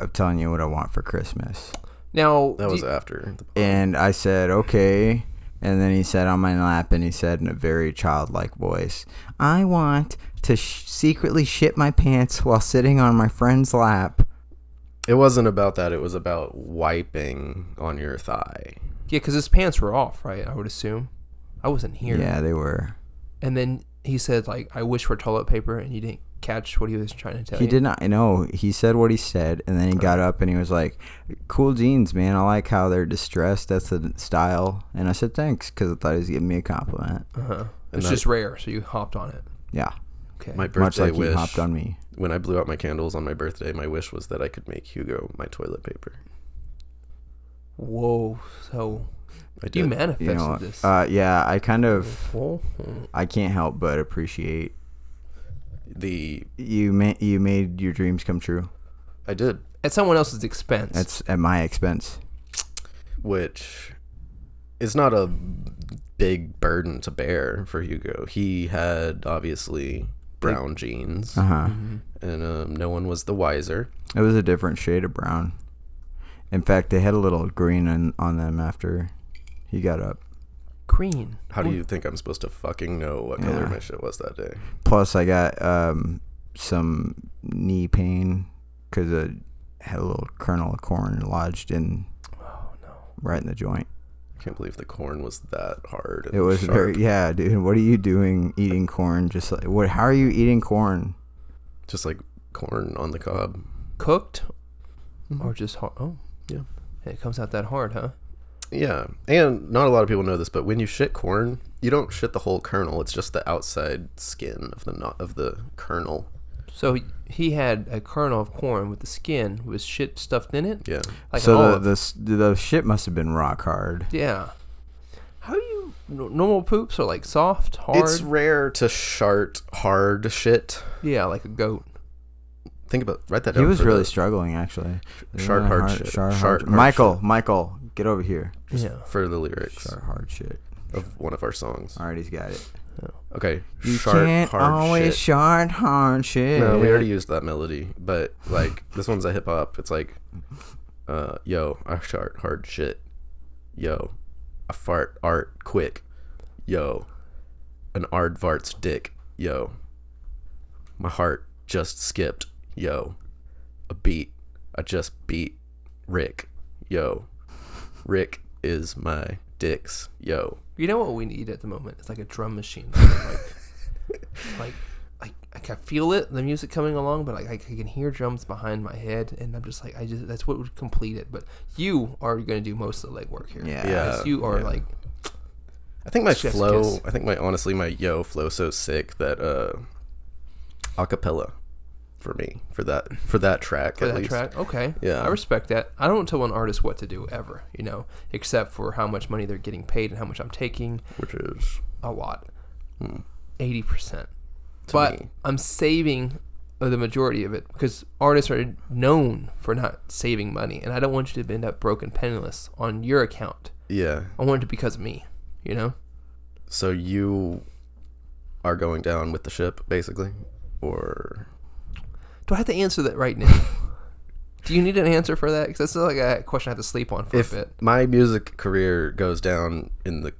[SPEAKER 2] I'm telling you what I want for Christmas.
[SPEAKER 4] Now,
[SPEAKER 3] That
[SPEAKER 4] do
[SPEAKER 3] was
[SPEAKER 4] you-
[SPEAKER 3] after. The,
[SPEAKER 2] And I said, okay. And then he sat on my lap and he said in a very childlike voice, I want to sh- secretly shit my pants while sitting on my friend's lap.
[SPEAKER 3] it wasn't about that. It was about wiping on your thigh.
[SPEAKER 4] yeah, because his pants were off, right? I would assume. I wasn't here.
[SPEAKER 2] Yeah, they were.
[SPEAKER 4] And then he said, like, I wish for toilet paper, and you didn't catch what he was trying to tell
[SPEAKER 2] He
[SPEAKER 4] you.
[SPEAKER 2] did not. No, he said what he said, and then he got up and he was like, "Cool jeans, man. I like how they're distressed. That's the style." And I said thanks because I thought he was giving me a compliment.
[SPEAKER 4] Uh-huh.
[SPEAKER 3] And
[SPEAKER 4] It's
[SPEAKER 3] that-
[SPEAKER 4] just rare, so you hopped on it.
[SPEAKER 2] Yeah,
[SPEAKER 4] Okay.
[SPEAKER 3] My
[SPEAKER 2] much
[SPEAKER 3] birthday
[SPEAKER 2] like
[SPEAKER 3] wish.
[SPEAKER 2] he hopped on me.
[SPEAKER 3] When I blew out my candles on my birthday, my wish was that I could make Hugo my toilet paper.
[SPEAKER 4] Whoa. So
[SPEAKER 3] I did.
[SPEAKER 4] you manifested
[SPEAKER 2] You know,
[SPEAKER 4] this.
[SPEAKER 2] uh, yeah, I kind of,
[SPEAKER 4] Well,
[SPEAKER 2] I can't help but appreciate
[SPEAKER 3] the
[SPEAKER 2] you. Ma- you made your dreams come true.
[SPEAKER 3] I did,
[SPEAKER 4] at someone else's expense.
[SPEAKER 2] That's at my expense.
[SPEAKER 3] which is not a big burden to bear for Hugo. He had obviously brown jeans,
[SPEAKER 2] Uh huh.
[SPEAKER 4] Mm-hmm.
[SPEAKER 3] and um, no one was the wiser.
[SPEAKER 2] It was a different shade of brown. In fact, they had a little green on, on them after he got up.
[SPEAKER 4] green.
[SPEAKER 3] How do you think I'm supposed to fucking know what color
[SPEAKER 2] Hmm. Yeah.
[SPEAKER 3] my shit was that day?
[SPEAKER 2] Plus, I got um, some knee pain because I had a little kernel of corn lodged in
[SPEAKER 4] Oh,
[SPEAKER 2] right in the joint.
[SPEAKER 3] I can't believe the corn was that hard. and
[SPEAKER 2] It was
[SPEAKER 3] sharp.
[SPEAKER 2] very yeah, dude. What are you doing eating corn? Just like what? How are you eating corn?
[SPEAKER 3] just like corn on the cob.
[SPEAKER 4] Cooked,
[SPEAKER 2] Mm-hmm.
[SPEAKER 4] or just hard? Oh,
[SPEAKER 3] Yeah.
[SPEAKER 4] it comes out that hard, huh?
[SPEAKER 3] Yeah, and not a lot of people know this, but when you shit corn, you don't shit the whole kernel. It's just the outside skin of the not of the kernel.
[SPEAKER 4] So he- he had a kernel of corn with the skin with shit stuffed in it,
[SPEAKER 3] Yeah,
[SPEAKER 4] like an
[SPEAKER 2] so the,
[SPEAKER 4] olive.
[SPEAKER 2] the s- the shit must have been rock hard.
[SPEAKER 4] yeah. How do you no- normal poops are like soft, hard?
[SPEAKER 3] it's rare to shart hard shit.
[SPEAKER 4] yeah, like a goat.
[SPEAKER 3] Think about write that down.
[SPEAKER 2] He was
[SPEAKER 3] for
[SPEAKER 2] really
[SPEAKER 3] the-
[SPEAKER 2] struggling actually.
[SPEAKER 3] Shard hard shit.
[SPEAKER 2] Shard
[SPEAKER 3] Shard
[SPEAKER 2] hard.
[SPEAKER 3] hard
[SPEAKER 2] Michael, Michael, get over here.
[SPEAKER 4] Yeah.
[SPEAKER 3] for the lyrics
[SPEAKER 2] Shard hard shit.
[SPEAKER 3] of one of our songs.
[SPEAKER 2] All right, he's got it.
[SPEAKER 3] Okay,
[SPEAKER 2] You
[SPEAKER 3] shart
[SPEAKER 2] can't
[SPEAKER 3] hard
[SPEAKER 2] always
[SPEAKER 3] shit.
[SPEAKER 2] shard hard shit.
[SPEAKER 3] No, we already used that melody, but like this one's a hip hop. It's like, uh, yo, I shart hard shit. Yo, I fart art quick. Yo, an aardvart's dick. Yo, my heart just skipped. Yo, a beat. I just beat Rick. Yo, Rick is my dicks. Yo,
[SPEAKER 4] You know what we need at the moment? It's like a drum machine. like, like, like, like I feel it, the music coming along, but like I, can hear drums behind my head, and I'm just like, I just that's what would complete it. But you are going to do most of the legwork here.
[SPEAKER 2] Yeah.
[SPEAKER 3] Yeah.
[SPEAKER 4] Because you are
[SPEAKER 3] yeah.
[SPEAKER 4] like,
[SPEAKER 3] I think my
[SPEAKER 4] Chef's
[SPEAKER 3] flow.
[SPEAKER 4] kiss.
[SPEAKER 3] I think my honestly my yo flow so sick that uh, acapella for me for that for that track
[SPEAKER 4] for
[SPEAKER 3] at
[SPEAKER 4] that
[SPEAKER 3] least.
[SPEAKER 4] track. Okay.
[SPEAKER 3] Yeah.
[SPEAKER 4] I respect that. I don't tell an artist what to do ever, you know, except for how much money they're getting paid and how much I'm taking.
[SPEAKER 3] which is
[SPEAKER 4] A lot.
[SPEAKER 3] Hmm.
[SPEAKER 4] 80%. But
[SPEAKER 3] me.
[SPEAKER 4] I'm saving the majority of it because artists are known for not saving money. And I don't want you to end up broken penniless on your account.
[SPEAKER 3] yeah.
[SPEAKER 4] I want it to be because of me, you know?
[SPEAKER 3] So you are going down with the ship basically, or
[SPEAKER 4] Do I have to answer that right now? do you need an answer for that? Because that's like a question I have to sleep on for
[SPEAKER 3] if
[SPEAKER 4] a bit.
[SPEAKER 3] my music career goes down in the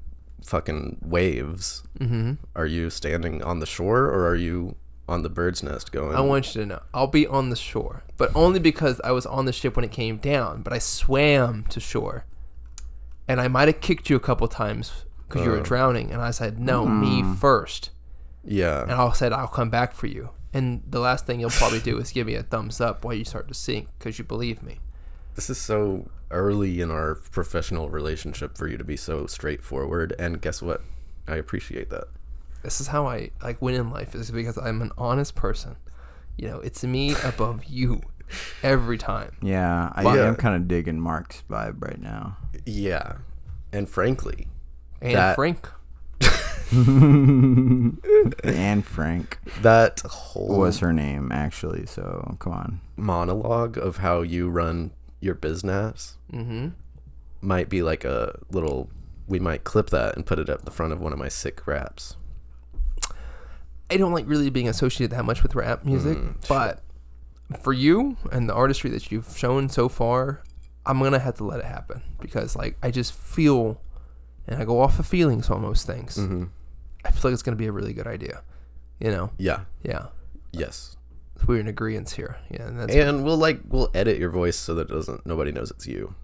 [SPEAKER 3] fucking waves,
[SPEAKER 4] Mm-hmm.
[SPEAKER 3] are you standing on the shore or are you on the bird's nest going?
[SPEAKER 4] I want you to know. I'll be on the shore, but only because I was on the ship when it came down. But I swam to shore, and I might have kicked you a couple times because you were drowning. And I said, "No,
[SPEAKER 3] Mm.
[SPEAKER 4] me first.
[SPEAKER 3] yeah.
[SPEAKER 4] And I said, "I'll come back for you." And the last thing you'll probably do is give me a thumbs up while you start to sink because you believe me.
[SPEAKER 3] This is so early in our professional relationship for you to be so straightforward. And guess what? I appreciate that.
[SPEAKER 4] This is how I like win in life is because I'm an honest person. you know, it's me above you every time.
[SPEAKER 2] Yeah, I
[SPEAKER 3] Yeah.
[SPEAKER 2] am kind of digging Mark's vibe right now.
[SPEAKER 3] Yeah. And frankly,
[SPEAKER 4] And
[SPEAKER 3] That-
[SPEAKER 4] Frank,
[SPEAKER 2] And Frank
[SPEAKER 3] that whole
[SPEAKER 2] was her name actually. So come on.
[SPEAKER 3] monologue of how you run your business
[SPEAKER 4] mm-hmm,
[SPEAKER 3] might be like a little. We might clip that and put it at the front of one of my sick raps.
[SPEAKER 4] I don't like really being associated that much with rap music, but for you and the artistry that you've shown so far, I'm gonna have to let it happen because like I just feel, and I go off of feelings on most things.
[SPEAKER 3] Mm-hmm.
[SPEAKER 4] I feel like it's gonna be a really good idea, you know?
[SPEAKER 3] Yeah.
[SPEAKER 4] Yeah,
[SPEAKER 3] Yes.
[SPEAKER 4] we're in agreement here. Yeah, and that's
[SPEAKER 3] And we'll like we'll edit your voice so that it doesn't nobody knows it's you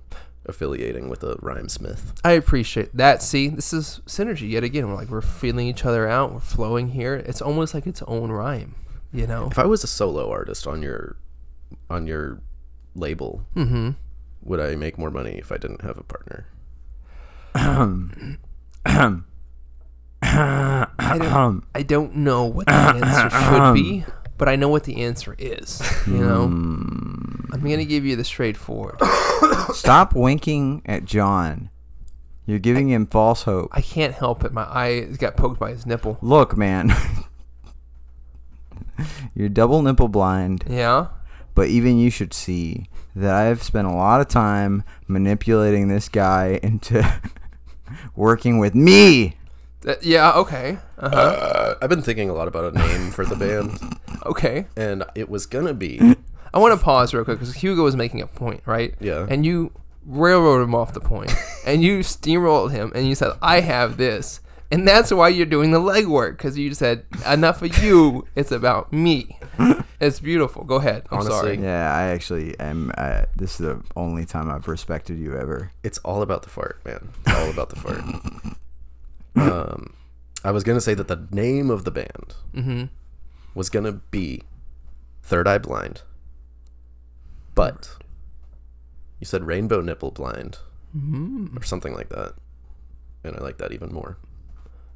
[SPEAKER 3] affiliating with a rhyme smith.
[SPEAKER 4] I appreciate that. See, this is synergy yet again. We're like we're feeling each other out. We're flowing here. It's almost like its own rhyme, you know.
[SPEAKER 3] If I was a solo artist on your on your label,
[SPEAKER 4] Mm-hmm.
[SPEAKER 3] would I make more money if I didn't have a partner?
[SPEAKER 4] I don't, I don't know what the answer should be, but I know what the answer is. You know, I'm gonna give you the straightforward.
[SPEAKER 2] Stop winking at John. You're giving him false hope.
[SPEAKER 4] I can't help it. My eye got poked by his nipple.
[SPEAKER 2] Look, man. You're double nipple blind.
[SPEAKER 4] Yeah,
[SPEAKER 2] but even you should see that I've spent a lot of time manipulating this guy into working with me.
[SPEAKER 4] That- yeah. Okay. Uh-huh.
[SPEAKER 3] Uh, I've been thinking a lot about a name for the band,
[SPEAKER 4] Okay.
[SPEAKER 3] and it was gonna be
[SPEAKER 4] I want to pause real quick because Hugo was making a point, right?
[SPEAKER 3] Yeah.
[SPEAKER 4] And you railroaded him off the point, and you steamrolled him, and you said, "I have this," and that's why you're doing the legwork because you said, "Enough of you. It's about me." It's beautiful. Go ahead. I'm
[SPEAKER 3] Honestly,
[SPEAKER 4] sorry.
[SPEAKER 2] Yeah, I actually am. Uh, this is the only time I've respected you ever.
[SPEAKER 3] it's all about the fart, man. It's all about the fart. Um, I was gonna say that the name of the band
[SPEAKER 4] Mm-hmm.
[SPEAKER 3] was gonna be Third Eye Blind, but you said Rainbow Nipple Blind
[SPEAKER 4] Mm-hmm.
[SPEAKER 3] or something like that, and I like that even more.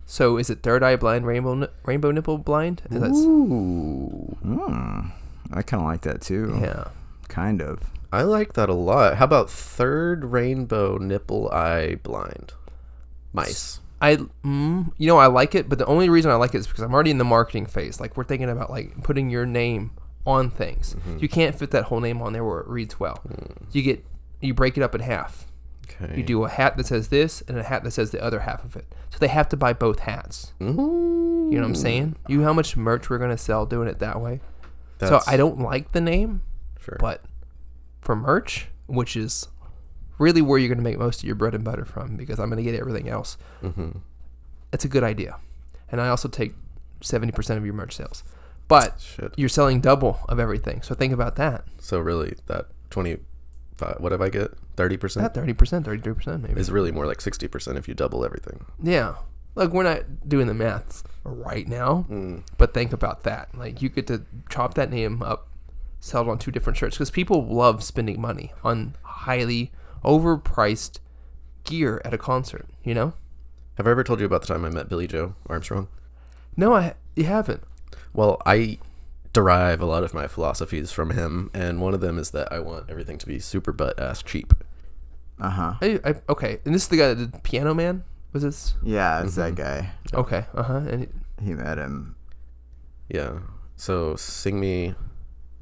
[SPEAKER 4] So is it third eye blind, rainbow ni- rainbow nipple blind? Is that-
[SPEAKER 3] Ooh,
[SPEAKER 2] Hmm. I kind of like that too.
[SPEAKER 4] yeah.
[SPEAKER 2] Kind of.
[SPEAKER 3] I like that a lot. How about Third Rainbow Nipple Eye Blind? Mice.
[SPEAKER 4] I mm, you know I like it, but the only reason I like it is because I'm already in the marketing phase. Like we're thinking about like putting your name on things. You can't fit that whole name on there where it reads well. You get you break it up in half.
[SPEAKER 3] Okay.
[SPEAKER 4] You do a hat that says this and a hat that says the other half of it. So they have to buy both hats. You know what I'm saying? You know how much merch we're gonna sell doing it that way.
[SPEAKER 3] That's-
[SPEAKER 4] so I don't like the name,
[SPEAKER 3] Sure.
[SPEAKER 4] but for merch, which is really where you're going to make most of your bread and butter from, because I'm going to get everything else.
[SPEAKER 3] Mm-hmm.
[SPEAKER 4] It's a good idea, and I also take seventy percent of your merch sales, but
[SPEAKER 3] Shit.
[SPEAKER 4] you're selling double of everything. So think about that.
[SPEAKER 3] So really, that twenty, what did I get? Thirty
[SPEAKER 4] Not
[SPEAKER 3] percent
[SPEAKER 4] thirty percent, thirty-three percent, maybe.
[SPEAKER 3] is really more like sixty percent if you double everything.
[SPEAKER 4] Yeah. Like we're not doing the maths right now, but think about that. Like you get to chop that name up, sell it on two different shirts because people love spending money on highly overpriced gear at a concert. You know?
[SPEAKER 3] Have I ever told you about the time I met Billy Joe Armstrong?
[SPEAKER 4] No, I you haven't.
[SPEAKER 3] Well, I derive a lot of my philosophies from him, and one of them is that I want everything to be super butt ass cheap.
[SPEAKER 2] Uh-huh.
[SPEAKER 4] I, I, okay, and this is the guy that did Piano Man. Was this?
[SPEAKER 2] Yeah,
[SPEAKER 4] Mm-hmm.
[SPEAKER 2] it's that guy.
[SPEAKER 4] Okay. Uh huh. And it-
[SPEAKER 2] He met him.
[SPEAKER 3] Yeah. So sing me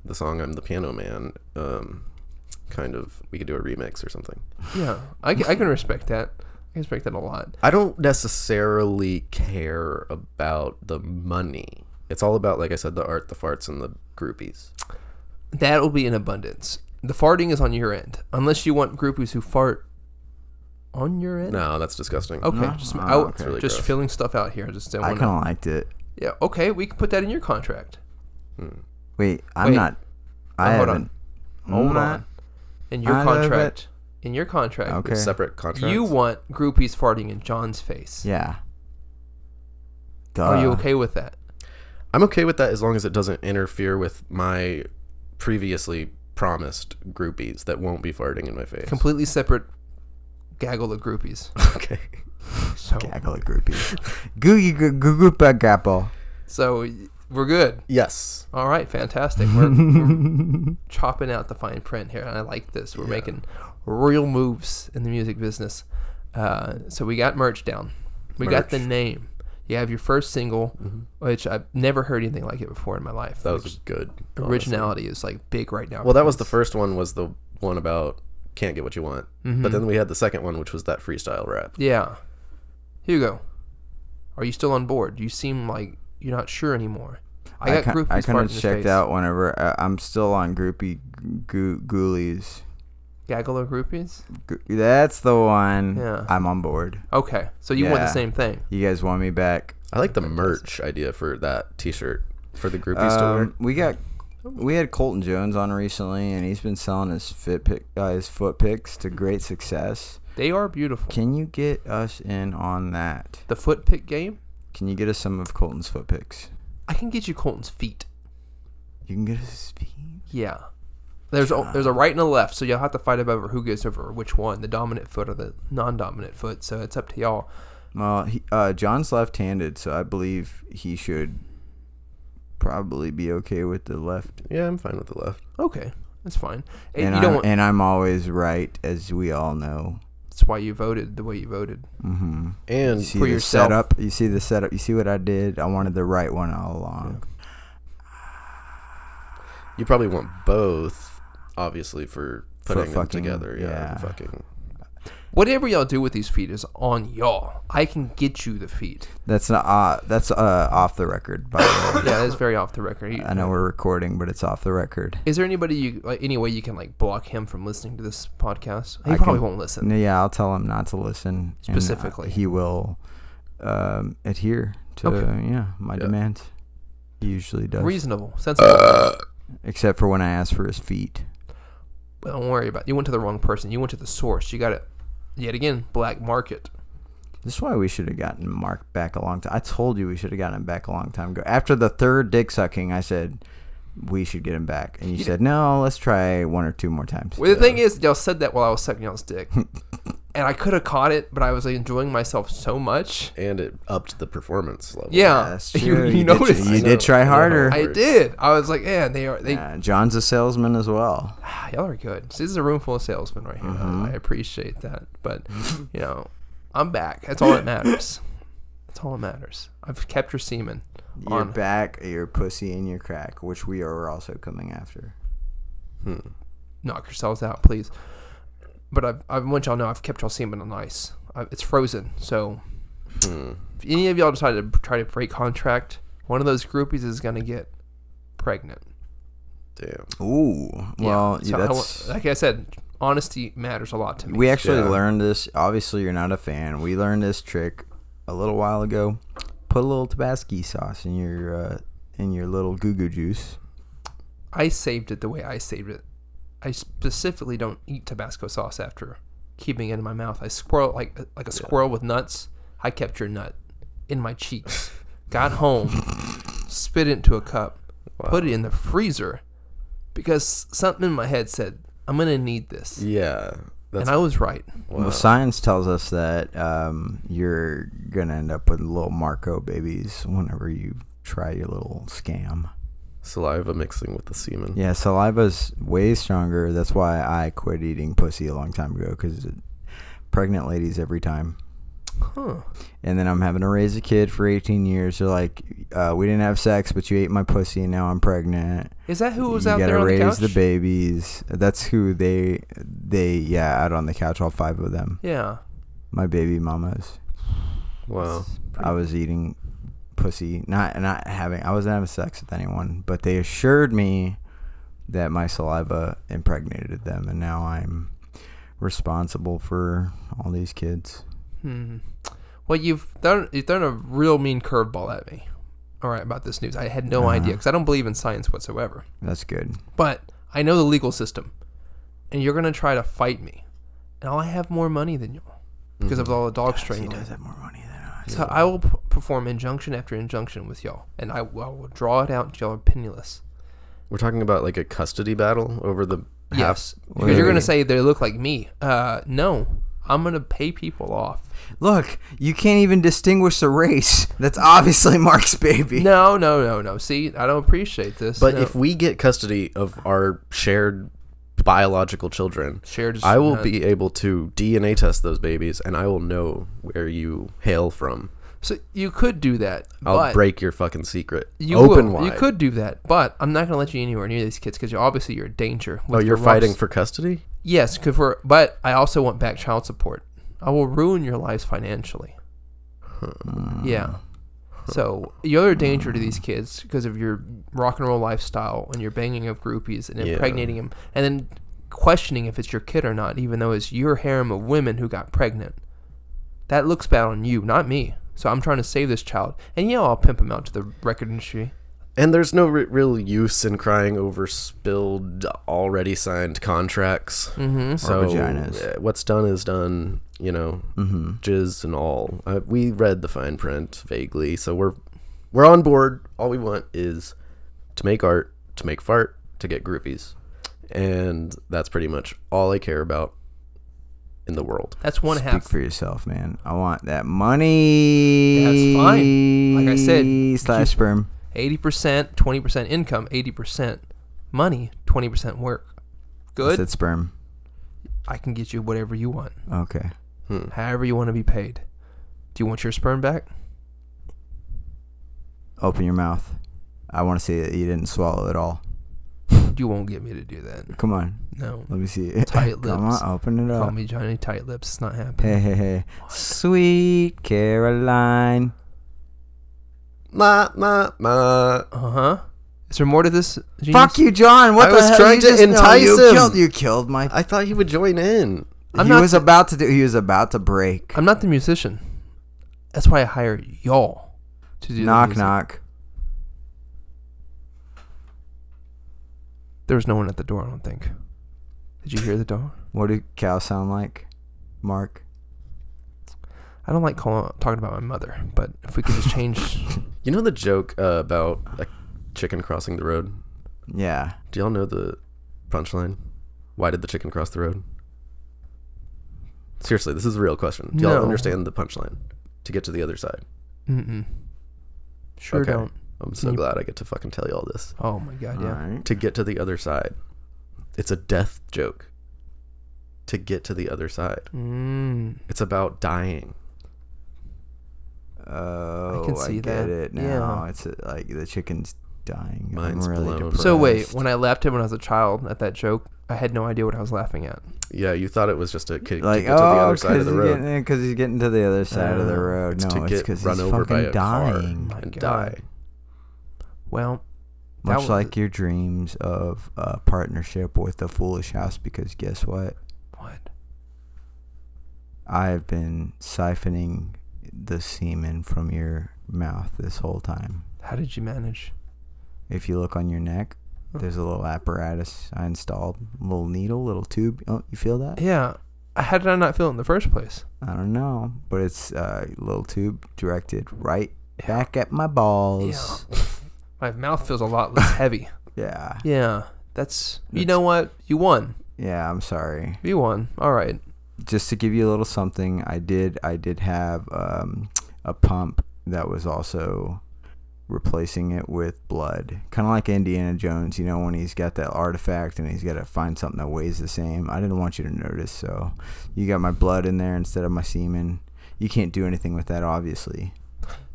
[SPEAKER 3] the song "I'm the Piano Man." Um, kind of. We could do a remix or something.
[SPEAKER 4] yeah, I, ca- I can respect that. I can respect that a lot.
[SPEAKER 3] I don't necessarily care about the money. It's all about, like I said, the art, the farts, and the groupies.
[SPEAKER 4] That will be in abundance. The farting is on your end, unless you want groupies who fart on your end.
[SPEAKER 3] No, that's disgusting.
[SPEAKER 4] Okay, just I,
[SPEAKER 2] Oh,
[SPEAKER 4] just
[SPEAKER 2] okay.
[SPEAKER 3] Really gross.
[SPEAKER 4] filling stuff out here. Just don't
[SPEAKER 2] I
[SPEAKER 4] want
[SPEAKER 2] kind of liked it.
[SPEAKER 4] Yeah. Okay, we can put that in your contract.
[SPEAKER 3] Hmm.
[SPEAKER 2] Wait, I'm
[SPEAKER 4] Wait.
[SPEAKER 2] not. I
[SPEAKER 4] No, hold on.
[SPEAKER 2] haven't.
[SPEAKER 4] Hold
[SPEAKER 2] Nah.
[SPEAKER 4] on. In your
[SPEAKER 2] I love it.
[SPEAKER 4] contract. In your contract.
[SPEAKER 2] Okay.
[SPEAKER 3] It's separate contracts.
[SPEAKER 4] You want groupies farting in John's face.
[SPEAKER 2] Yeah. Duh.
[SPEAKER 4] Are you okay with that?
[SPEAKER 3] I'm okay with that as long as it doesn't interfere with my previously promised groupies that won't be farting in my face.
[SPEAKER 4] Completely separate gaggle of groupies.
[SPEAKER 3] okay.
[SPEAKER 4] So
[SPEAKER 2] Gaggle of groupies. Googie goo goo goo- goo- goo- goo-
[SPEAKER 4] so y- We're good.
[SPEAKER 3] Yes.
[SPEAKER 4] All right, fantastic. We're, we're chopping out the fine print here, and I like this. We're making real moves in the music business. Uh, so we got merch down. We got the name. You have your first single,
[SPEAKER 2] Mm-hmm.
[SPEAKER 4] which I've never heard anything like it before in my life.
[SPEAKER 3] That was good. honestly.
[SPEAKER 4] Originality is like big right now.
[SPEAKER 3] Well, that was the first one. Was the one about can't get what you want. But
[SPEAKER 4] Hmm.
[SPEAKER 3] then we had the second one, which was that freestyle rap.
[SPEAKER 4] yeah. Hugo, are you still on board? You seem like you're not sure anymore. I got
[SPEAKER 2] I, ki-
[SPEAKER 4] groupies
[SPEAKER 2] I kind
[SPEAKER 4] farting in
[SPEAKER 2] of
[SPEAKER 4] his
[SPEAKER 2] checked
[SPEAKER 4] face.
[SPEAKER 2] out whenever I, I'm still on groupie goo, ghoulies.
[SPEAKER 4] Gaggle of groupies.
[SPEAKER 2] Gr- That's the one.
[SPEAKER 4] Yeah.
[SPEAKER 2] I'm on board.
[SPEAKER 4] Okay, so you want the
[SPEAKER 2] Yeah.
[SPEAKER 4] same thing.
[SPEAKER 2] You guys want me back?
[SPEAKER 3] I like the merch idea for that T-shirt for the
[SPEAKER 2] Um,
[SPEAKER 3] groupie store.
[SPEAKER 2] we got we had Colton Jones on recently, and he's been selling his fit pick, uh, his foot picks to great success.
[SPEAKER 4] They are beautiful.
[SPEAKER 2] Can you get us in on that?
[SPEAKER 4] the foot pick game.
[SPEAKER 2] Can you get us some of Colton's foot picks?
[SPEAKER 4] I can get you Colton's feet.
[SPEAKER 2] You can get us his feet.
[SPEAKER 4] Yeah. There's a, there's a right and a left, so you'll have to fight over who gets over which one, the dominant foot or the non-dominant foot. So it's up to y'all.
[SPEAKER 2] Well, he, uh, John's left-handed, so I believe he should probably be okay with the left.
[SPEAKER 3] Yeah, I'm fine with the left.
[SPEAKER 4] Okay, that's fine.
[SPEAKER 2] And
[SPEAKER 4] And, you
[SPEAKER 2] I'm,
[SPEAKER 4] don't. Want,
[SPEAKER 2] and I'm always right, as we all know. Mm-hmm.
[SPEAKER 4] that's why you voted the way you voted.
[SPEAKER 3] And
[SPEAKER 2] See
[SPEAKER 4] For
[SPEAKER 2] the
[SPEAKER 4] yourself.
[SPEAKER 2] setup. You see the setup. You see what I did. I wanted the right one all along.
[SPEAKER 3] you probably want both, obviously, for putting them
[SPEAKER 2] fucking-
[SPEAKER 3] together. Yeah,
[SPEAKER 2] yeah.
[SPEAKER 3] the fucking.
[SPEAKER 4] Whatever y'all do with these feet is on y'all. I can get you the feet.
[SPEAKER 2] That's not. Uh, that's uh, off the record. By the way.
[SPEAKER 4] Yeah, that's very off the record. You-
[SPEAKER 2] I know we're recording, but it's off the record.
[SPEAKER 4] Is there anybody you like? Any way you can like block him from listening to this podcast? He
[SPEAKER 2] I
[SPEAKER 4] probably
[SPEAKER 2] can-
[SPEAKER 4] won't listen.
[SPEAKER 2] Yeah, I'll tell him not to listen. and, uh,
[SPEAKER 4] Specifically.
[SPEAKER 2] he will um, adhere to
[SPEAKER 4] Okay.
[SPEAKER 2] yeah my demands. He usually does,
[SPEAKER 4] Reasonable, sensible.
[SPEAKER 2] except for when I ask for his feet.
[SPEAKER 4] But don't worry about. It. You went to the wrong person. You went to the source. You got it. Yet again, black market.
[SPEAKER 2] This is why we should have gotten Mark back a long time. I told you we should have gotten him back a long time ago. After the third dick sucking, I said we should get him back, and you said no. Let's try one or two more times.
[SPEAKER 4] Well, the thing is, y'all said that while I was sucking y'all's dick, and I could have caught it, but I was like, enjoying myself so much.
[SPEAKER 3] And it upped the performance level.
[SPEAKER 4] Yeah,
[SPEAKER 2] That's
[SPEAKER 4] you,
[SPEAKER 2] true.
[SPEAKER 4] you
[SPEAKER 2] You did-
[SPEAKER 4] noticed.
[SPEAKER 2] you
[SPEAKER 3] I
[SPEAKER 2] did try
[SPEAKER 3] I know how
[SPEAKER 2] harder.
[SPEAKER 3] it
[SPEAKER 4] I
[SPEAKER 3] works.
[SPEAKER 4] did. I was like, yeah, they are. They
[SPEAKER 2] Uh, John's a salesman as well.
[SPEAKER 4] ah, y'all are good. So this is a room full of salesmen right here.
[SPEAKER 2] Mm-hmm.
[SPEAKER 4] I appreciate that, but you know, I'm back. That's all that matters. That's all that matters. I've kept your semen.
[SPEAKER 2] Your
[SPEAKER 4] on.
[SPEAKER 2] back, your pussy, and your crack, which we are also coming after.
[SPEAKER 3] Hmm.
[SPEAKER 4] Knock yourselves out, please. But I've, I want y'all to know I've kept y'all semen on ice. I, it's frozen, so
[SPEAKER 3] Hmm.
[SPEAKER 4] if any of y'all decide to b- try to break contract, one of those groupies is gonna get pregnant.
[SPEAKER 3] Damn.
[SPEAKER 2] Ooh, well,
[SPEAKER 4] so I wa-
[SPEAKER 2] that's.
[SPEAKER 4] like I said, honesty matters a lot to me.
[SPEAKER 2] we actually
[SPEAKER 3] Yeah.
[SPEAKER 2] learned this. Obviously, you're not a fan. We learned this trick a little while ago. Put a little Tabasco sauce in your uh, in your little goo goo juice.
[SPEAKER 4] I saved it the way I saved it. I specifically don't eat Tabasco sauce after keeping it in my mouth. I squirrel like like a squirrel with nuts. I kept your nut in my cheeks. Got home, spit it into a cup, put it in the freezer because something in my head said I'm gonna need this,
[SPEAKER 3] Yeah. That's
[SPEAKER 4] and I was right.
[SPEAKER 2] Well, science tells us that um, you're gonna end up with little Marco babies whenever you try your little scam.
[SPEAKER 3] saliva mixing with the semen.
[SPEAKER 2] Yeah, saliva's way stronger. That's why I quit eating pussy a long time ago because pregnant ladies every time.
[SPEAKER 4] Huh.
[SPEAKER 2] And then I'm having to raise a kid for 18 years. They're like, uh, we didn't have sex, but you ate my pussy, and now I'm pregnant.
[SPEAKER 4] Is that who was
[SPEAKER 2] you
[SPEAKER 4] out
[SPEAKER 2] gotta
[SPEAKER 4] there on the
[SPEAKER 2] raise
[SPEAKER 4] couch?
[SPEAKER 2] the, babies. That's who they, they yeah, out on the couch, all five of them.
[SPEAKER 4] yeah.
[SPEAKER 2] My baby mamas.
[SPEAKER 3] Wow.
[SPEAKER 2] I was eating pussy, not not having. I wasn't having sex with anyone, but they assured me that my saliva impregnated them, and now I'm responsible for all these kids.
[SPEAKER 4] Hmm. Well, you've thrown, you've thrown a real mean curveball at me. All right, about this news. I had
[SPEAKER 3] Uh-huh.
[SPEAKER 4] no idea 'cause idea because I don't believe in science whatsoever.
[SPEAKER 2] That's good.
[SPEAKER 4] But I know the legal system, and you're gonna try to fight me, and I'll have more money than you because
[SPEAKER 3] Hmm.
[SPEAKER 4] of all the dog
[SPEAKER 2] He
[SPEAKER 4] strangling.
[SPEAKER 2] does have more money than I.
[SPEAKER 4] So I will p- perform injunction after injunction with y'all, and I will, I will draw it out until y'all are penniless.
[SPEAKER 3] We're talking about like a custody battle over the half
[SPEAKER 4] Yes, because you're
[SPEAKER 2] Really?
[SPEAKER 4] gonna say they look like me. Uh, no, I'm gonna pay people off.
[SPEAKER 2] Look, you can't even distinguish the race. That's obviously Mark's baby.
[SPEAKER 4] No, no, no, no. See, I don't appreciate this.
[SPEAKER 3] But
[SPEAKER 4] No.
[SPEAKER 3] if we get custody of our shared biological children,
[SPEAKER 4] shared, is
[SPEAKER 3] I will
[SPEAKER 4] not-
[SPEAKER 3] be able to DNA test those babies, and I will know where you hail from.
[SPEAKER 4] So you could do that.
[SPEAKER 3] I'll
[SPEAKER 4] but
[SPEAKER 3] break your fucking secret.
[SPEAKER 4] You
[SPEAKER 3] Open
[SPEAKER 4] will.
[SPEAKER 3] wide.
[SPEAKER 4] You could do that, but I'm not gonna let you anywhere near these kids because you're obviously you're a danger.
[SPEAKER 3] Oh,
[SPEAKER 4] with
[SPEAKER 3] you're
[SPEAKER 4] the
[SPEAKER 3] fighting
[SPEAKER 4] roughs.
[SPEAKER 3] for custody?
[SPEAKER 4] yes, 'cause we're- but I also want back child support. I will ruin your lives financially. Yeah. So you're a danger to these kids because of your rock and roll lifestyle and your banging of groupies and
[SPEAKER 3] Yeah.
[SPEAKER 4] impregnating them, and then questioning if it's your kid or not, even though it's your harem of women who got pregnant. That looks bad on you, not me. So I'm trying to save this child, and yeah, I'll pimp him out to the record industry.
[SPEAKER 3] And there's no re- real use in crying over spilled, already signed contracts. Mm-hmm. So
[SPEAKER 2] vaginas. Mm-hmm.
[SPEAKER 3] uh, what's done is done, you know, jizz and all. Uh, we read the fine print vaguely, so we're we're on board. All we want is to make art, to make fart, to get groupies, and that's pretty much all I care about in the world.
[SPEAKER 4] That's one
[SPEAKER 2] Speak
[SPEAKER 4] half.
[SPEAKER 2] for yourself, man. I want that money.
[SPEAKER 4] That's fine. Like I said,
[SPEAKER 2] slash
[SPEAKER 4] you-
[SPEAKER 2] sperm.
[SPEAKER 4] 80%, 20% income, 80% money, 20% work.
[SPEAKER 2] I
[SPEAKER 4] Good.
[SPEAKER 2] said sperm.
[SPEAKER 4] I can get you whatever you want,
[SPEAKER 2] Okay.
[SPEAKER 3] Hmm.
[SPEAKER 4] however you want to be paid. Do you want your sperm back?
[SPEAKER 2] Open your mouth. I want to see that you didn't swallow at all.
[SPEAKER 4] You won't get me to do that.
[SPEAKER 2] Come on.
[SPEAKER 4] No.
[SPEAKER 2] Let me see it.
[SPEAKER 4] Tight
[SPEAKER 2] Come
[SPEAKER 4] lips.
[SPEAKER 2] on. Open it
[SPEAKER 4] Call
[SPEAKER 2] up.
[SPEAKER 4] me Johnny Tight Lips. It's not happening.
[SPEAKER 2] Hey, hey, hey. Sweet Caroline.
[SPEAKER 3] Ma ma ma.
[SPEAKER 4] Uh huh. Is there more to this? Genius?
[SPEAKER 2] Fuck you, John. What
[SPEAKER 3] I
[SPEAKER 2] the
[SPEAKER 3] was
[SPEAKER 2] hell?
[SPEAKER 3] trying
[SPEAKER 2] You
[SPEAKER 3] to
[SPEAKER 2] just- no,
[SPEAKER 3] entice
[SPEAKER 2] you
[SPEAKER 3] him.
[SPEAKER 2] Killed, you killed my.
[SPEAKER 3] I thought he would join in.
[SPEAKER 4] I'm
[SPEAKER 2] he
[SPEAKER 4] not
[SPEAKER 2] was about to do. He was about to break.
[SPEAKER 4] I'm not the musician. That's why I hire y'all to do the
[SPEAKER 2] knock,
[SPEAKER 4] music.
[SPEAKER 2] knock.
[SPEAKER 4] There was no one at the door, I don't think. Did you hear the door?
[SPEAKER 2] What do cows sound like, Mark?
[SPEAKER 4] I don't like calling, talking about my mother, but if we could just change.
[SPEAKER 3] You know the joke uh, about a chicken crossing the road?
[SPEAKER 2] Yeah.
[SPEAKER 3] Do y'all know the punchline? Why did the chicken cross the road? Seriously, this is a real question. Do y'all
[SPEAKER 4] No.
[SPEAKER 3] understand the punchline to get to the other side?
[SPEAKER 4] Mm-mm. Sure
[SPEAKER 3] Okay.
[SPEAKER 4] don't.
[SPEAKER 3] I'm so
[SPEAKER 4] you-
[SPEAKER 3] glad I get to fucking tell you all this.
[SPEAKER 4] Oh my god, yeah.
[SPEAKER 2] All right.
[SPEAKER 3] To get to the other side, it's a death joke. To get to the other side,
[SPEAKER 4] Mm.
[SPEAKER 3] it's about dying.
[SPEAKER 2] Oh, I
[SPEAKER 4] can see
[SPEAKER 2] get
[SPEAKER 4] that.
[SPEAKER 2] it
[SPEAKER 4] Yeah.
[SPEAKER 2] now. It's uh, like the chicken's dying.
[SPEAKER 3] Mind's
[SPEAKER 2] I'm really
[SPEAKER 3] blown.
[SPEAKER 2] depressed.
[SPEAKER 4] So wait, when I laughed him when I was a child at that joke, I had no idea what I was laughing at.
[SPEAKER 3] Yeah, you thought it was just a kid
[SPEAKER 2] like
[SPEAKER 3] to get to the
[SPEAKER 2] oh,
[SPEAKER 3] other side of the road.
[SPEAKER 2] because he's getting to the other side of the
[SPEAKER 4] Oh,
[SPEAKER 2] road.
[SPEAKER 3] It's
[SPEAKER 2] no,
[SPEAKER 3] to
[SPEAKER 2] it's
[SPEAKER 3] get
[SPEAKER 2] because
[SPEAKER 3] run
[SPEAKER 2] he's
[SPEAKER 3] over by
[SPEAKER 2] fucking
[SPEAKER 3] a
[SPEAKER 2] dying,
[SPEAKER 3] car and
[SPEAKER 4] God.
[SPEAKER 3] die.
[SPEAKER 4] Well,
[SPEAKER 2] Mm.
[SPEAKER 4] that
[SPEAKER 2] much
[SPEAKER 4] was-
[SPEAKER 2] like your dreams of a partnership with the foolish house. Because guess what?
[SPEAKER 4] what?
[SPEAKER 2] I have been siphoning the semen from your mouth this whole time.
[SPEAKER 4] How did you manage?
[SPEAKER 2] If you look on your neck, there's a little apparatus I installed, little needle, little tube. Oh, you feel that?
[SPEAKER 4] Yeah, I- how did I not feel it in the first place?
[SPEAKER 2] I don't know, but it's uh, a little tube directed right back at my balls.
[SPEAKER 4] My mouth feels a lot less heavy.
[SPEAKER 2] Yeah. yeah.
[SPEAKER 4] Yeah, that's. You know what? You won.
[SPEAKER 2] I'm sorry.
[SPEAKER 4] You won. All right.
[SPEAKER 2] Just to give you a little something, I did I did have um, a pump that was also replacing it with blood. Kind of like Indiana Jones, you know, when he's got that artifact and he's got to find something that weighs the same. I didn't want you to notice, so you got my blood in there instead of my semen. You can't do anything with that, obviously.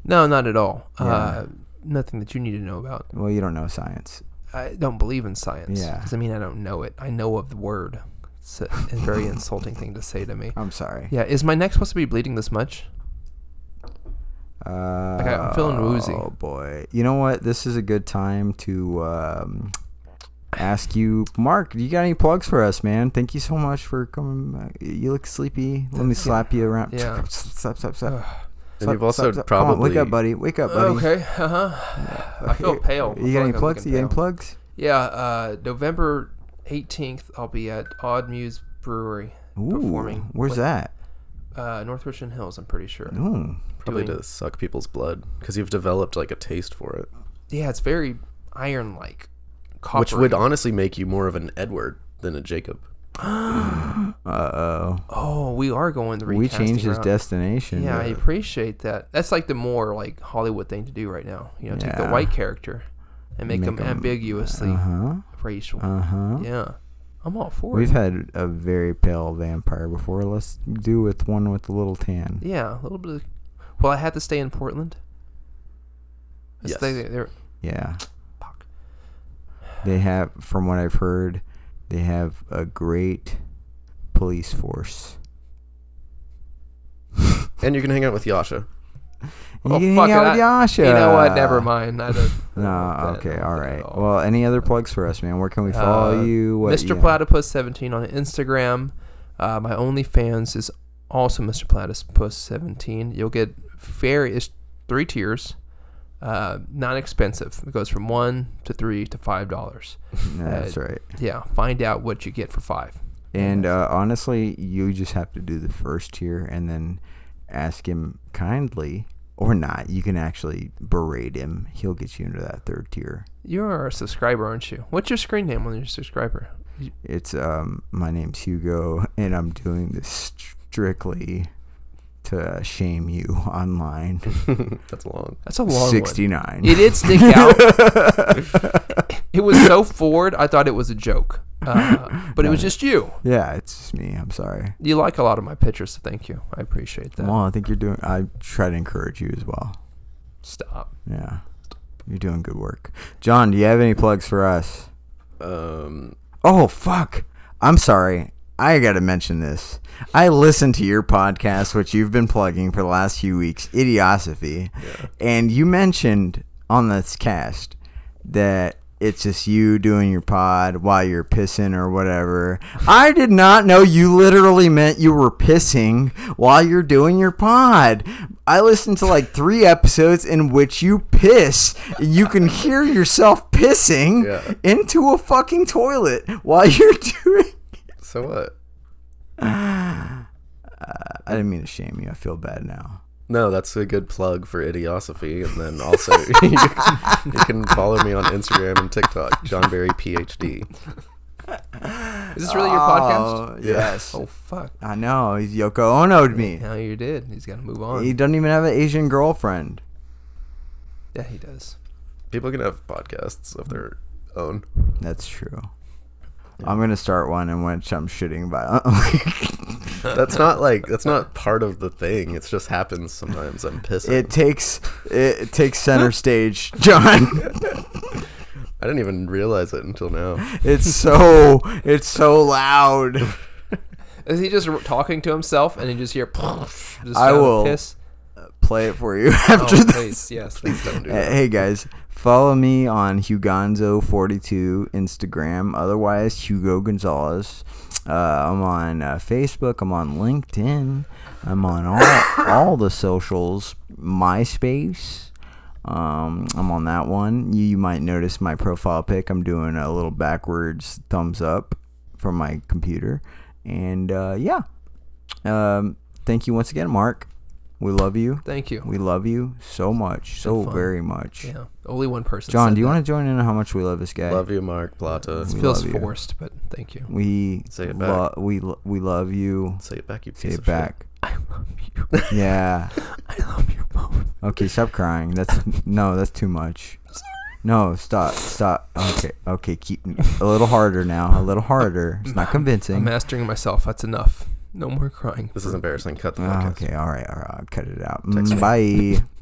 [SPEAKER 4] No, not at all. Uh,
[SPEAKER 2] Yeah.
[SPEAKER 4] nothing that you need to know about.
[SPEAKER 2] Well, you don't know science.
[SPEAKER 4] I don't believe in science.
[SPEAKER 2] Yeah.
[SPEAKER 4] Doesn't mean I don't know it. I know of the word. It's a, a very insulting thing to say to me.
[SPEAKER 2] I'm sorry.
[SPEAKER 4] Yeah, is my neck supposed to be bleeding this much?
[SPEAKER 2] Uh,
[SPEAKER 4] Like, I'm feeling woozy.
[SPEAKER 2] Oh boy! You know what? This is a good time to um, ask you, Mark. You got any plugs for us, man? Thank you so much for coming. Back. You look sleepy. Let me slap you around.
[SPEAKER 4] Yeah.
[SPEAKER 2] slap, slap, slap.
[SPEAKER 3] And
[SPEAKER 2] Slap,
[SPEAKER 3] you've also
[SPEAKER 2] slap, slap. Come on,
[SPEAKER 3] probably
[SPEAKER 2] wake up, buddy. Wake up, buddy.
[SPEAKER 4] Okay. Uh huh. I feel pale. I
[SPEAKER 2] You
[SPEAKER 4] feel
[SPEAKER 2] got any
[SPEAKER 4] like I'm
[SPEAKER 2] plugs?
[SPEAKER 4] looking
[SPEAKER 2] You got any
[SPEAKER 4] pale.
[SPEAKER 2] plugs?
[SPEAKER 4] Yeah. Uh, November 18th, I'll be at Odd Muse Brewery
[SPEAKER 2] Ooh,
[SPEAKER 4] performing.
[SPEAKER 2] where's
[SPEAKER 4] with,
[SPEAKER 2] that?
[SPEAKER 4] Uh, North Richmond Hills. I'm pretty sure.
[SPEAKER 2] Ooh,
[SPEAKER 3] Probably
[SPEAKER 4] doing-
[SPEAKER 3] to suck people's blood because you've developed like a taste for it,
[SPEAKER 4] Yeah, it's very iron-like.
[SPEAKER 3] which would
[SPEAKER 4] coppery.
[SPEAKER 3] honestly make you more of an Edward than a Jacob.
[SPEAKER 2] Uh oh.
[SPEAKER 4] Oh, we are going the
[SPEAKER 2] We
[SPEAKER 4] recasting
[SPEAKER 2] changed his
[SPEAKER 4] route.
[SPEAKER 2] destination. Uh,
[SPEAKER 4] Yeah, I appreciate that. That's like the more like Hollywood thing to do right now. You know, take the
[SPEAKER 2] Yeah.
[SPEAKER 4] white character and make,
[SPEAKER 2] Make
[SPEAKER 4] them
[SPEAKER 2] 'em-
[SPEAKER 4] ambiguously
[SPEAKER 2] Uh huh.
[SPEAKER 4] racial.
[SPEAKER 2] Uh huh.
[SPEAKER 4] Yeah, I'm all for
[SPEAKER 2] We've
[SPEAKER 4] it.
[SPEAKER 2] had a very pale vampire before. Let's do with one with a little tan.
[SPEAKER 4] Yeah, a little bit. Of, well, I had to stay in Portland. It's
[SPEAKER 3] Yes.
[SPEAKER 4] they- they're-
[SPEAKER 2] Yeah.
[SPEAKER 4] fuck.
[SPEAKER 2] They have, from what I've heard, they have a great police force.
[SPEAKER 3] And you can hang out with Yasha.
[SPEAKER 4] Oh,
[SPEAKER 2] you
[SPEAKER 4] fuck
[SPEAKER 2] hang
[SPEAKER 4] it,
[SPEAKER 2] out
[SPEAKER 4] I-
[SPEAKER 2] with Yasha.
[SPEAKER 4] You know what? Never mind. I don't, I don't want
[SPEAKER 2] No,
[SPEAKER 4] that. I
[SPEAKER 2] okay,
[SPEAKER 4] don't
[SPEAKER 2] all
[SPEAKER 4] want that at
[SPEAKER 2] right.
[SPEAKER 4] all.
[SPEAKER 2] Well, any other plugs for us, man? Where can we follow
[SPEAKER 4] Uh,
[SPEAKER 2] you? What-
[SPEAKER 4] Mr.
[SPEAKER 2] yeah.
[SPEAKER 4] Platypus 17 on Instagram. Uh, my OnlyFans is also Mr. Platypus 17. You'll get very it's three tiers, uh, not expensive. It goes from one to three to five dollars.
[SPEAKER 2] Yeah,
[SPEAKER 4] Uh,
[SPEAKER 2] that's right.
[SPEAKER 4] Yeah, find out what you get for five.
[SPEAKER 2] And uh, honestly, you just have to do the first tier and then ask him kindly or not. You can actually berate him. He'll get you into that third tier.
[SPEAKER 4] You're a subscriber, aren't you? What's your screen name on your subscriber?
[SPEAKER 2] It's um, my name's Hugo, and I'm doing this strictly to shame you online.
[SPEAKER 3] That's long.
[SPEAKER 4] That's a long one.
[SPEAKER 2] Sixty nine.
[SPEAKER 4] It did stick out. it was so forward. I thought it was a joke, uh, but it was just you.
[SPEAKER 2] Yeah, it's just me. I'm sorry.
[SPEAKER 4] You like a lot of my pictures, so thank you. I appreciate that.
[SPEAKER 2] Well, I think you're doing. I try to encourage you as well.
[SPEAKER 4] Stop.
[SPEAKER 2] Yeah, you're doing good work. John, do you have any plugs for us?
[SPEAKER 3] Um,
[SPEAKER 2] Oh fuck! I'm sorry. I gotta mention this. I listened to your podcast, which you've been plugging for the last few weeks, Idiosophy, and you mentioned on this cast that it's just you doing your pod while you're pissing or whatever. I did not know you literally meant you were pissing while you're doing your pod. I listened to like three episodes in which you piss. You can hear yourself pissing
[SPEAKER 3] Yeah.
[SPEAKER 2] into a fucking toilet while you're doing.
[SPEAKER 3] so what?
[SPEAKER 2] I didn't mean to shame you. I feel bad now.
[SPEAKER 3] No, that's a good plug for Idiosophy. And then also, you, can, you can follow me on Instagram and TikTok, John Berry, PhD.
[SPEAKER 4] Is this really your podcast?
[SPEAKER 2] Oh, yes.
[SPEAKER 4] Oh fuck!
[SPEAKER 2] I know. He's Yoko Ono'd me.
[SPEAKER 4] Now you did. He's got to move on.
[SPEAKER 2] He doesn't even have an Asian girlfriend.
[SPEAKER 4] yeah, he does.
[SPEAKER 3] People can have podcasts of their own.
[SPEAKER 2] That's true. I'm gonna start one in which I'm shitting about.
[SPEAKER 3] That's not like that's not part of the thing. It just happens sometimes. I'm pissing.
[SPEAKER 2] it takes it takes center stage, John.
[SPEAKER 3] I didn't even realize it until now.
[SPEAKER 2] It's so it's so loud.
[SPEAKER 4] Is he just r- talking to himself and you just hear? Just
[SPEAKER 2] I
[SPEAKER 4] sound of
[SPEAKER 2] will
[SPEAKER 4] piss?
[SPEAKER 2] Play it for you after
[SPEAKER 4] Oh,
[SPEAKER 2] this.
[SPEAKER 4] please, yes. please don't.
[SPEAKER 3] Don't do
[SPEAKER 2] Uh,
[SPEAKER 3] that.
[SPEAKER 2] Hey guys, follow me on Hugonzo42 Instagram, otherwise Hugo Gonzalez. Uh, I'm on uh, Facebook. I'm on LinkedIn. I'm on all all the socials. MySpace. Um, I'm on that one. You, you might notice my profile pic. I'm doing a little backwards thumbs up from my computer, and uh, yeah. Um, thank you once again, Mark. We love you.
[SPEAKER 4] Thank you.
[SPEAKER 2] We love you so much, so
[SPEAKER 4] fun.
[SPEAKER 2] very much.
[SPEAKER 4] Yeah, only one person.
[SPEAKER 2] John,
[SPEAKER 4] said
[SPEAKER 2] do you
[SPEAKER 4] that.
[SPEAKER 2] want to join in on how much we love this guy?
[SPEAKER 3] Love you, Mark Plata.
[SPEAKER 4] It
[SPEAKER 2] we
[SPEAKER 4] feels
[SPEAKER 2] love you.
[SPEAKER 4] forced, but thank you.
[SPEAKER 2] We
[SPEAKER 3] Say it
[SPEAKER 2] lo- we lo- we love you.
[SPEAKER 3] Say it back, you piece
[SPEAKER 2] Say
[SPEAKER 3] of
[SPEAKER 2] it back.
[SPEAKER 4] I love you.
[SPEAKER 2] yeah.
[SPEAKER 4] I love you both.
[SPEAKER 2] Okay, stop crying. That's no, that's too much. No, stop, stop. Okay, okay, keep a little harder now. A little harder. It's not
[SPEAKER 4] I'm
[SPEAKER 2] convincing.
[SPEAKER 4] mastering myself. That's enough. No more crying.
[SPEAKER 3] Shit. This is embarrassing. Cut the
[SPEAKER 2] Ah,
[SPEAKER 3] podcast.
[SPEAKER 2] okay, all right, all right. I'll cut it out.
[SPEAKER 3] Text
[SPEAKER 2] Mm, Bye.